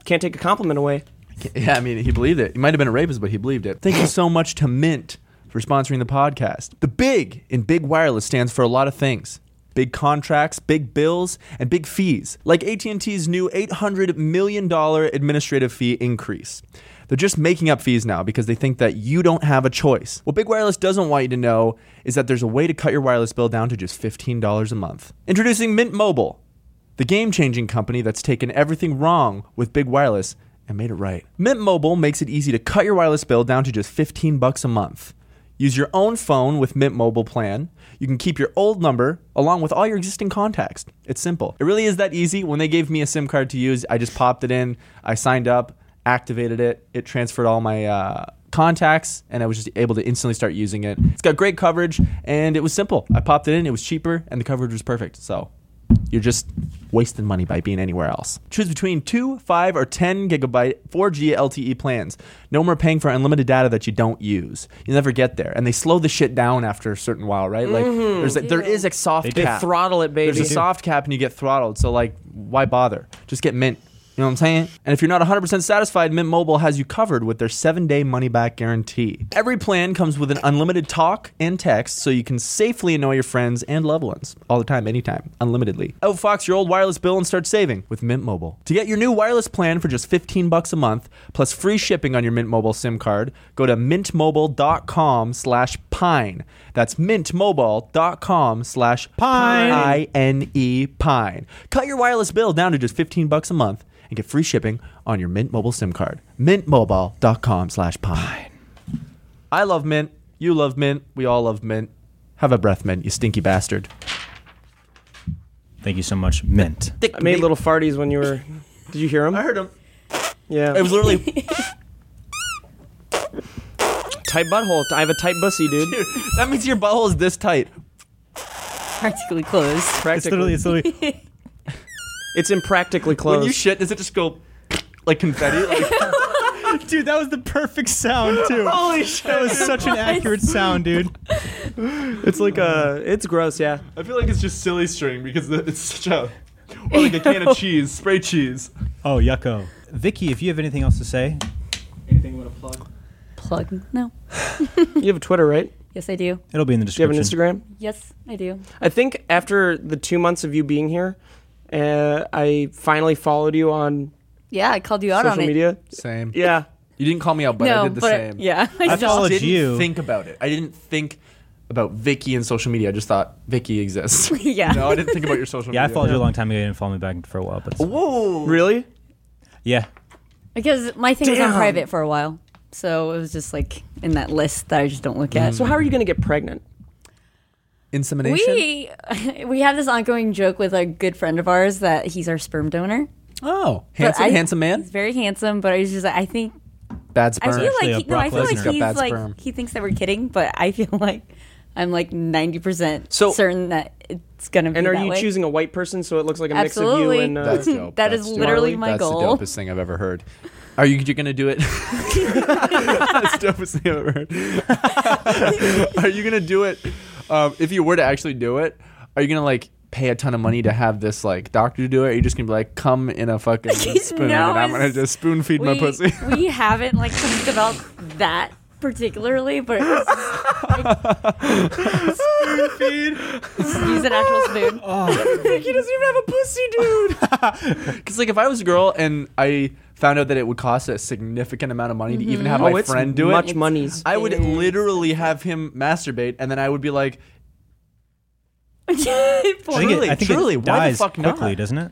S1: can't take a compliment away.
S3: *laughs* Yeah, I mean, he believed it. He might have been a rapist, but he believed it. Thank you so much to Mint for sponsoring the podcast. The big in big wireless stands for a lot of things. Big contracts, big bills, and big fees, like AT&T's new $800 million administrative fee increase. They're just making up fees now because they think that you don't have a choice. What Big Wireless doesn't want you to know is that there's a way to cut your wireless bill down to just $15 a month. Introducing Mint Mobile the game changing company that's taken everything wrong with big wireless and made it right. Mint Mobile makes it easy to cut your wireless bill down to just 15 bucks a month. Use your own phone with Mint Mobile plan. You can keep your old number along with all your existing contacts. It's simple. It really is that easy. When they gave me a SIM card to use, I just popped it in, I signed up, activated it, it transferred all my uh, contacts, and I was just able to instantly start using it. It's got great coverage, and it was simple. I popped it in, it was cheaper, and the coverage was perfect. So you're just wasting money by being anywhere else. Choose between 2, 5, or 10 gigabyte 4G LTE E plans. No more paying for unlimited data that you don't use. You never get there. And they slow the shit down after a certain while, right? Like there's a, there is a soft
S2: do.
S3: cap.
S1: Throttle it, baby.
S3: There's a soft cap and you get throttled. So like why bother? Just get Mint. You know what I'm saying? And if you're not 100% satisfied, Mint Mobile has you covered with their 7-day money back guarantee. Every plan comes with an unlimited talk and text so you can safely annoy your friends and loved ones all the time anytime, unlimitedly. Outfox your old wireless bill and start saving with Mint Mobile. To get your new wireless plan for just 15 bucks a month plus free shipping on your Mint Mobile SIM card, go to mintmobile.com/pine. That's mintmobile.com/pine. I N E Pine. Cut your wireless bill down to just 15 bucks a month and get free shipping on your Mint Mobile SIM card. mintmobile.com/pine. I love Mint. You love Mint. We all love Mint. Have a breath, Mint, you stinky bastard.
S2: Thank you so much, Mint.
S1: I made little farties when you were. *laughs* Did you hear them?
S3: I heard him.
S1: Yeah.
S3: It was literally
S1: tight butthole. I have a tight bussy, dude.
S3: that means your butthole is this tight.
S4: Practically closed.
S2: It's
S1: Practically,
S2: literally, it's *laughs* literally
S1: it's impractically closed.
S3: When you shit, does it just go like confetti? Like,
S2: Dude, that was the perfect sound too. Holy shit. That was such an accurate sound, dude.
S1: it's like a. It's gross.
S3: *laughs*
S1: Yeah.
S3: I feel like it's just silly string because the- it's such a or like a can of cheese, spray cheese.
S2: Oh, yucko. Vicky, if you have anything else to say, anything you want to plug?
S4: Plug. No.
S1: You have a Twitter, right?
S4: Yes, I do.
S2: It'll be in the
S1: Do you have
S2: description.
S1: an Instagram?
S4: Yes, I do.
S1: I think after the two months of you being here, uh, I finally followed you on
S4: Yeah, I called you out on
S1: social
S4: it.
S1: media.
S3: Same.
S1: Yeah.
S3: You didn't call me out, but
S4: no,
S3: I did the
S4: but
S3: same.
S4: yeah, *laughs* I
S2: I
S4: saw.
S2: followed
S3: didn't
S2: you.
S3: think about it. I didn't think about Vicky and social media. I just thought Vicky exists.
S4: *laughs* Yeah.
S3: No, I didn't think about your social
S2: Yeah, I
S3: media.
S2: followed you a long time ago. You didn't follow me back for a while, but
S3: Whoa.
S1: Really?
S2: yeah,
S4: Because my thing was on
S1: Damn.
S4: private for a while. So it was just like in that list that I just don't look at.
S1: So how are you going to get pregnant?
S3: Insemination?
S4: we *laughs* we have this ongoing joke with a good friend of ours that he's our sperm donor.
S3: Oh.
S4: But
S3: Handsome,
S4: I-
S3: handsome man?
S4: He's very handsome, but I was just I think
S3: Bad sperm.
S4: I feel
S2: actually
S4: like
S2: a
S4: he, no, I
S2: Brock
S4: feel
S2: Lesnar.
S4: like
S2: Got
S4: he's
S3: bad
S4: like
S3: sperm.
S4: he thinks that we're kidding, but I feel *laughs* like I'm like ninety percent
S3: So-
S4: certain that it's gonna be
S1: And are
S4: that
S1: you
S4: way.
S1: choosing a white person so it looks like a mix of you
S4: Absolutely.
S1: and uh,
S3: That's dope.
S4: *laughs* That
S3: That's
S4: is
S3: dope.
S4: literally my
S3: That's
S4: goal.
S3: the dopest thing I've ever heard. Are you you're gonna do it? *laughs* That's the dopest thing I've ever heard. *laughs* are you gonna do it? Um, if you were to actually do it, are you gonna like pay a ton of money to have this like doctor do it? Or are you just gonna be like, come in a
S4: *laughs*
S3: fucking spoon
S4: No,
S3: and I'm gonna
S4: it's-
S3: just spoon feed my
S4: we,
S3: pussy?
S4: *laughs* we haven't like talked about that particularly, but it's
S3: *laughs*
S4: spoon feed. *laughs* Just use an actual *laughs* spoon.
S3: He doesn't even have a pussy, dude. *laughs* Because like if I was a girl and I found out that it would cost a significant amount of money
S4: Mm-hmm.
S3: to even have
S1: Oh,
S3: my
S1: it's
S3: friend do it,
S1: much monies.
S3: I would
S4: It's
S3: literally have him masturbate, and then I would be like,
S2: I think,
S3: Truly,
S2: it, I think it
S3: truly, why the
S2: dies
S3: fuck not?
S2: quickly, doesn't it?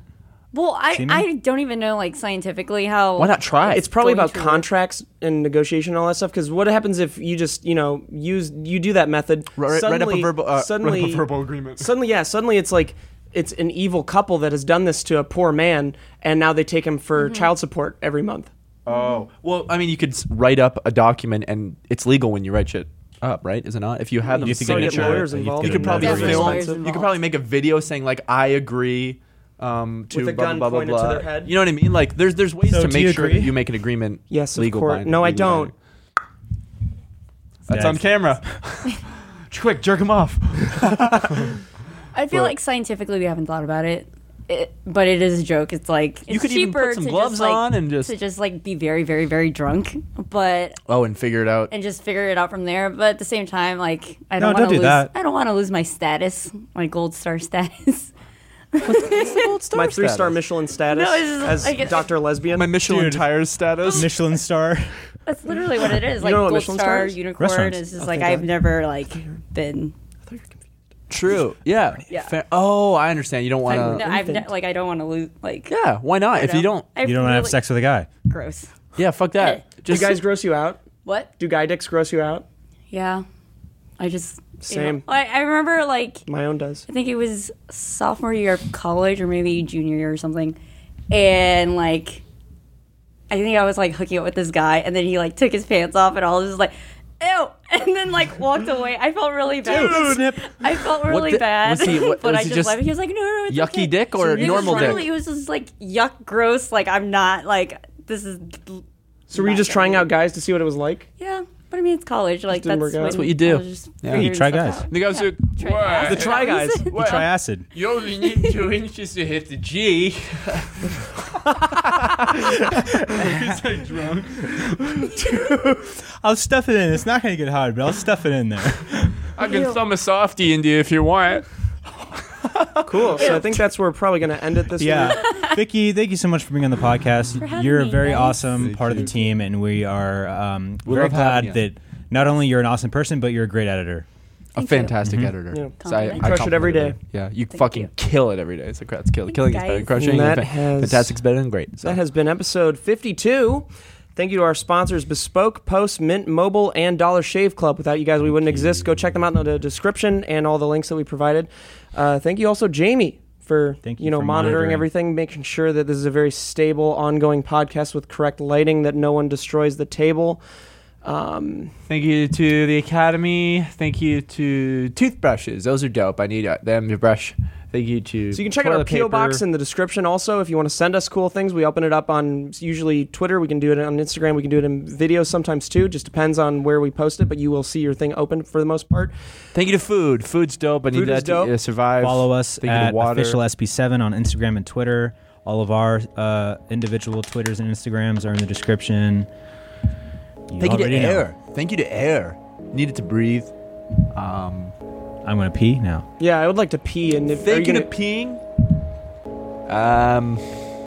S4: well, I,
S2: Semen?
S4: I don't even know like scientifically how.
S3: "Why not try?"
S1: Uh, It's probably
S4: going
S1: about
S4: through it.
S1: contracts and negotiation and all that stuff. Because what happens if you just you know use you do that method?
S3: Write- write up a
S1: suddenly,
S3: verbal- uh, write up a
S1: suddenly,
S3: *laughs* verbal agreement.
S1: Suddenly, yeah, suddenly it's like it's an evil couple that has done this to a poor man, and now they take him for
S4: Mm-hmm.
S1: child support every month.
S3: oh, well, I mean, you could s- write up a document, and it's legal when you write shit up, right? Is it not? If you have them,
S2: You have to
S1: So
S2: get
S1: you
S2: an
S1: get lawyers
S2: insurance- you have to
S1: involved
S2: get
S3: you
S1: and
S3: could
S2: an
S3: probably
S4: Definitely
S2: insurance.
S3: film.
S4: lawyers
S3: You could
S4: involved.
S3: probably make a video saying like, "I agree." Um, to
S1: With a
S3: blah,
S1: gun
S3: blah, blah,
S1: pointed to
S3: blah.
S1: their head.
S3: You know what I mean? Like, there's there's ways
S2: So
S3: to
S2: do
S3: make
S2: you
S3: sure
S2: agree?
S3: that you make an agreement.
S1: Yes, of
S3: legal.
S1: course.
S3: bind-
S1: No, I
S3: legal
S1: don't.
S3: binding. That's on
S2: That's- *laughs*
S3: *laughs* camera. Quick, jerk him off.
S4: I
S3: But-
S4: feel like scientifically we haven't thought about it. It, but it is a joke. It's like it's
S3: You could even
S4: cheaper
S3: put some
S4: to
S3: gloves
S4: just, like,
S3: on and just-
S4: to just like be very, very, very drunk, but
S3: Oh, and figure it out.
S4: and just figure it out from there. But at the same time, like I
S2: No, don't
S4: don't want to
S2: do
S4: lose.
S2: that.
S4: I don't want to lose my status, my gold star *laughs* status.
S1: My three star
S3: status.
S1: Michelin status
S4: No, it's just
S1: as
S4: like it-
S1: Doctor Lesbian.
S3: My Michelin
S2: Dude.
S3: tires status.
S2: Michelin star.
S4: That's literally what it is. Like
S1: know what
S4: gold
S1: Michelin
S4: star,
S1: star is?
S4: unicorn.
S2: Restaurants.
S4: It's
S3: Oh,
S4: just like I've never like been.
S3: True. Yeah.
S4: Yeah.
S3: Fair- Oh, I understand. You don't
S4: I've,
S3: want
S4: no,
S3: to.
S4: I've ne- like I don't want to lose. Like
S3: Yeah. Why not? If you don't.
S4: I've
S2: You don't want to have
S4: really-
S2: sex with a guy.
S4: Gross.
S3: Yeah. Fuck that.
S1: Do
S3: Just
S1: guys gross you out?
S4: What?
S1: Do guy dicks gross you out?
S4: Yeah. I just you
S1: Same.
S4: know, I, I remember like
S1: My own does.
S4: I think it was sophomore year of college or maybe junior year or something. And like I think I was like hooking up with this guy and then he like took his pants off and all was like ew *laughs* and then
S3: *laughs*
S4: like walked away. I felt really bad. *laughs* I felt really
S3: the-
S4: bad.
S3: was he- what-
S4: but
S3: was
S4: I
S3: he
S4: just,
S3: just
S4: left it. He was like, No, no, it's
S3: yucky
S4: okay."
S3: dick or
S4: It was
S3: normal
S4: just literally-
S3: dick?
S4: It was just like yuck gross, like I'm not like this is
S1: So were you
S4: Not
S1: just
S4: that
S1: trying
S4: weird.
S1: out guys to see what it was like?
S4: yeah. But I mean, it's college. Like
S1: didn't
S4: that's,
S1: work out.
S4: when
S1: That's
S3: what you do.
S4: I was just
S3: Yeah.
S4: figuring
S2: You try
S4: stuff
S2: guys.
S4: out.
S3: The guys who.
S4: Try guys.
S1: The try guys.
S2: You try acid.
S3: You only need two inches to hit the *laughs* G.
S2: I'll stuff it in. It's not going to get hard, but I'll stuff it in there.
S3: I can thumb a softy into you if you want.
S1: Cool. So I think that's where we're probably going to end it this week.
S2: yeah. Vicky, thank you so much for being on the podcast.
S4: having
S2: you're a
S4: me,
S2: very
S4: guys.
S2: awesome part of the team, and we are um, very
S3: love having
S2: glad that not only you're an awesome person, but you're a great editor.
S3: A fantastic editor.
S1: Yeah.
S3: So I, I
S4: Compliment. Crush
S1: Mm-hmm. it every
S3: compliment
S1: day.
S3: her. Yeah, you fucking kill it every day. So crap, it's kill, killing is
S4: guys.
S3: better than crushing.
S1: That
S3: Fa-
S1: has-
S3: fantastic's better than great. So.
S1: That has been episode 52. Thank you to our sponsors, Bespoke, Post, Mint Mobile, and Dollar Shave Club. Without you guys, we wouldn't exist. Go check them out in the description and all the links that we provided. Uh, thank you also, Jamie, for
S2: Thank you
S1: know
S2: for
S1: monitoring,
S2: monitoring.
S1: everything, making sure that this is a very stable, ongoing podcast with correct lighting, that no one destroys the table. Um,
S3: Thank you to the Academy. Thank you to toothbrushes. Those are dope. I need uh, them to brush. Thank you to.
S1: so you can check out our
S3: toilet
S1: PO box
S3: paper.
S1: in the description. Also, if you want to send us cool things, we open it up on usually Twitter. We can do it on Instagram. We can do it in video sometimes too. Just depends on where we post it, but you will see your thing open for the most part.
S3: Thank you to food. Food's dope. I need
S1: Food is
S3: that to
S1: dope.
S3: uh, survive.
S2: Follow us
S3: Thank you
S2: at
S3: to water.
S2: official SB7 on Instagram and Twitter. All of our uh, individual Twitters and Instagrams are in the description. You
S3: Thank you to
S2: already know.
S3: air. Thank you to air. Need it to breathe. Um,
S2: I'm going to pee now.
S1: Yeah, I would like to pee. And if, are you
S3: thank you
S1: gonna,
S3: to peeing. Um,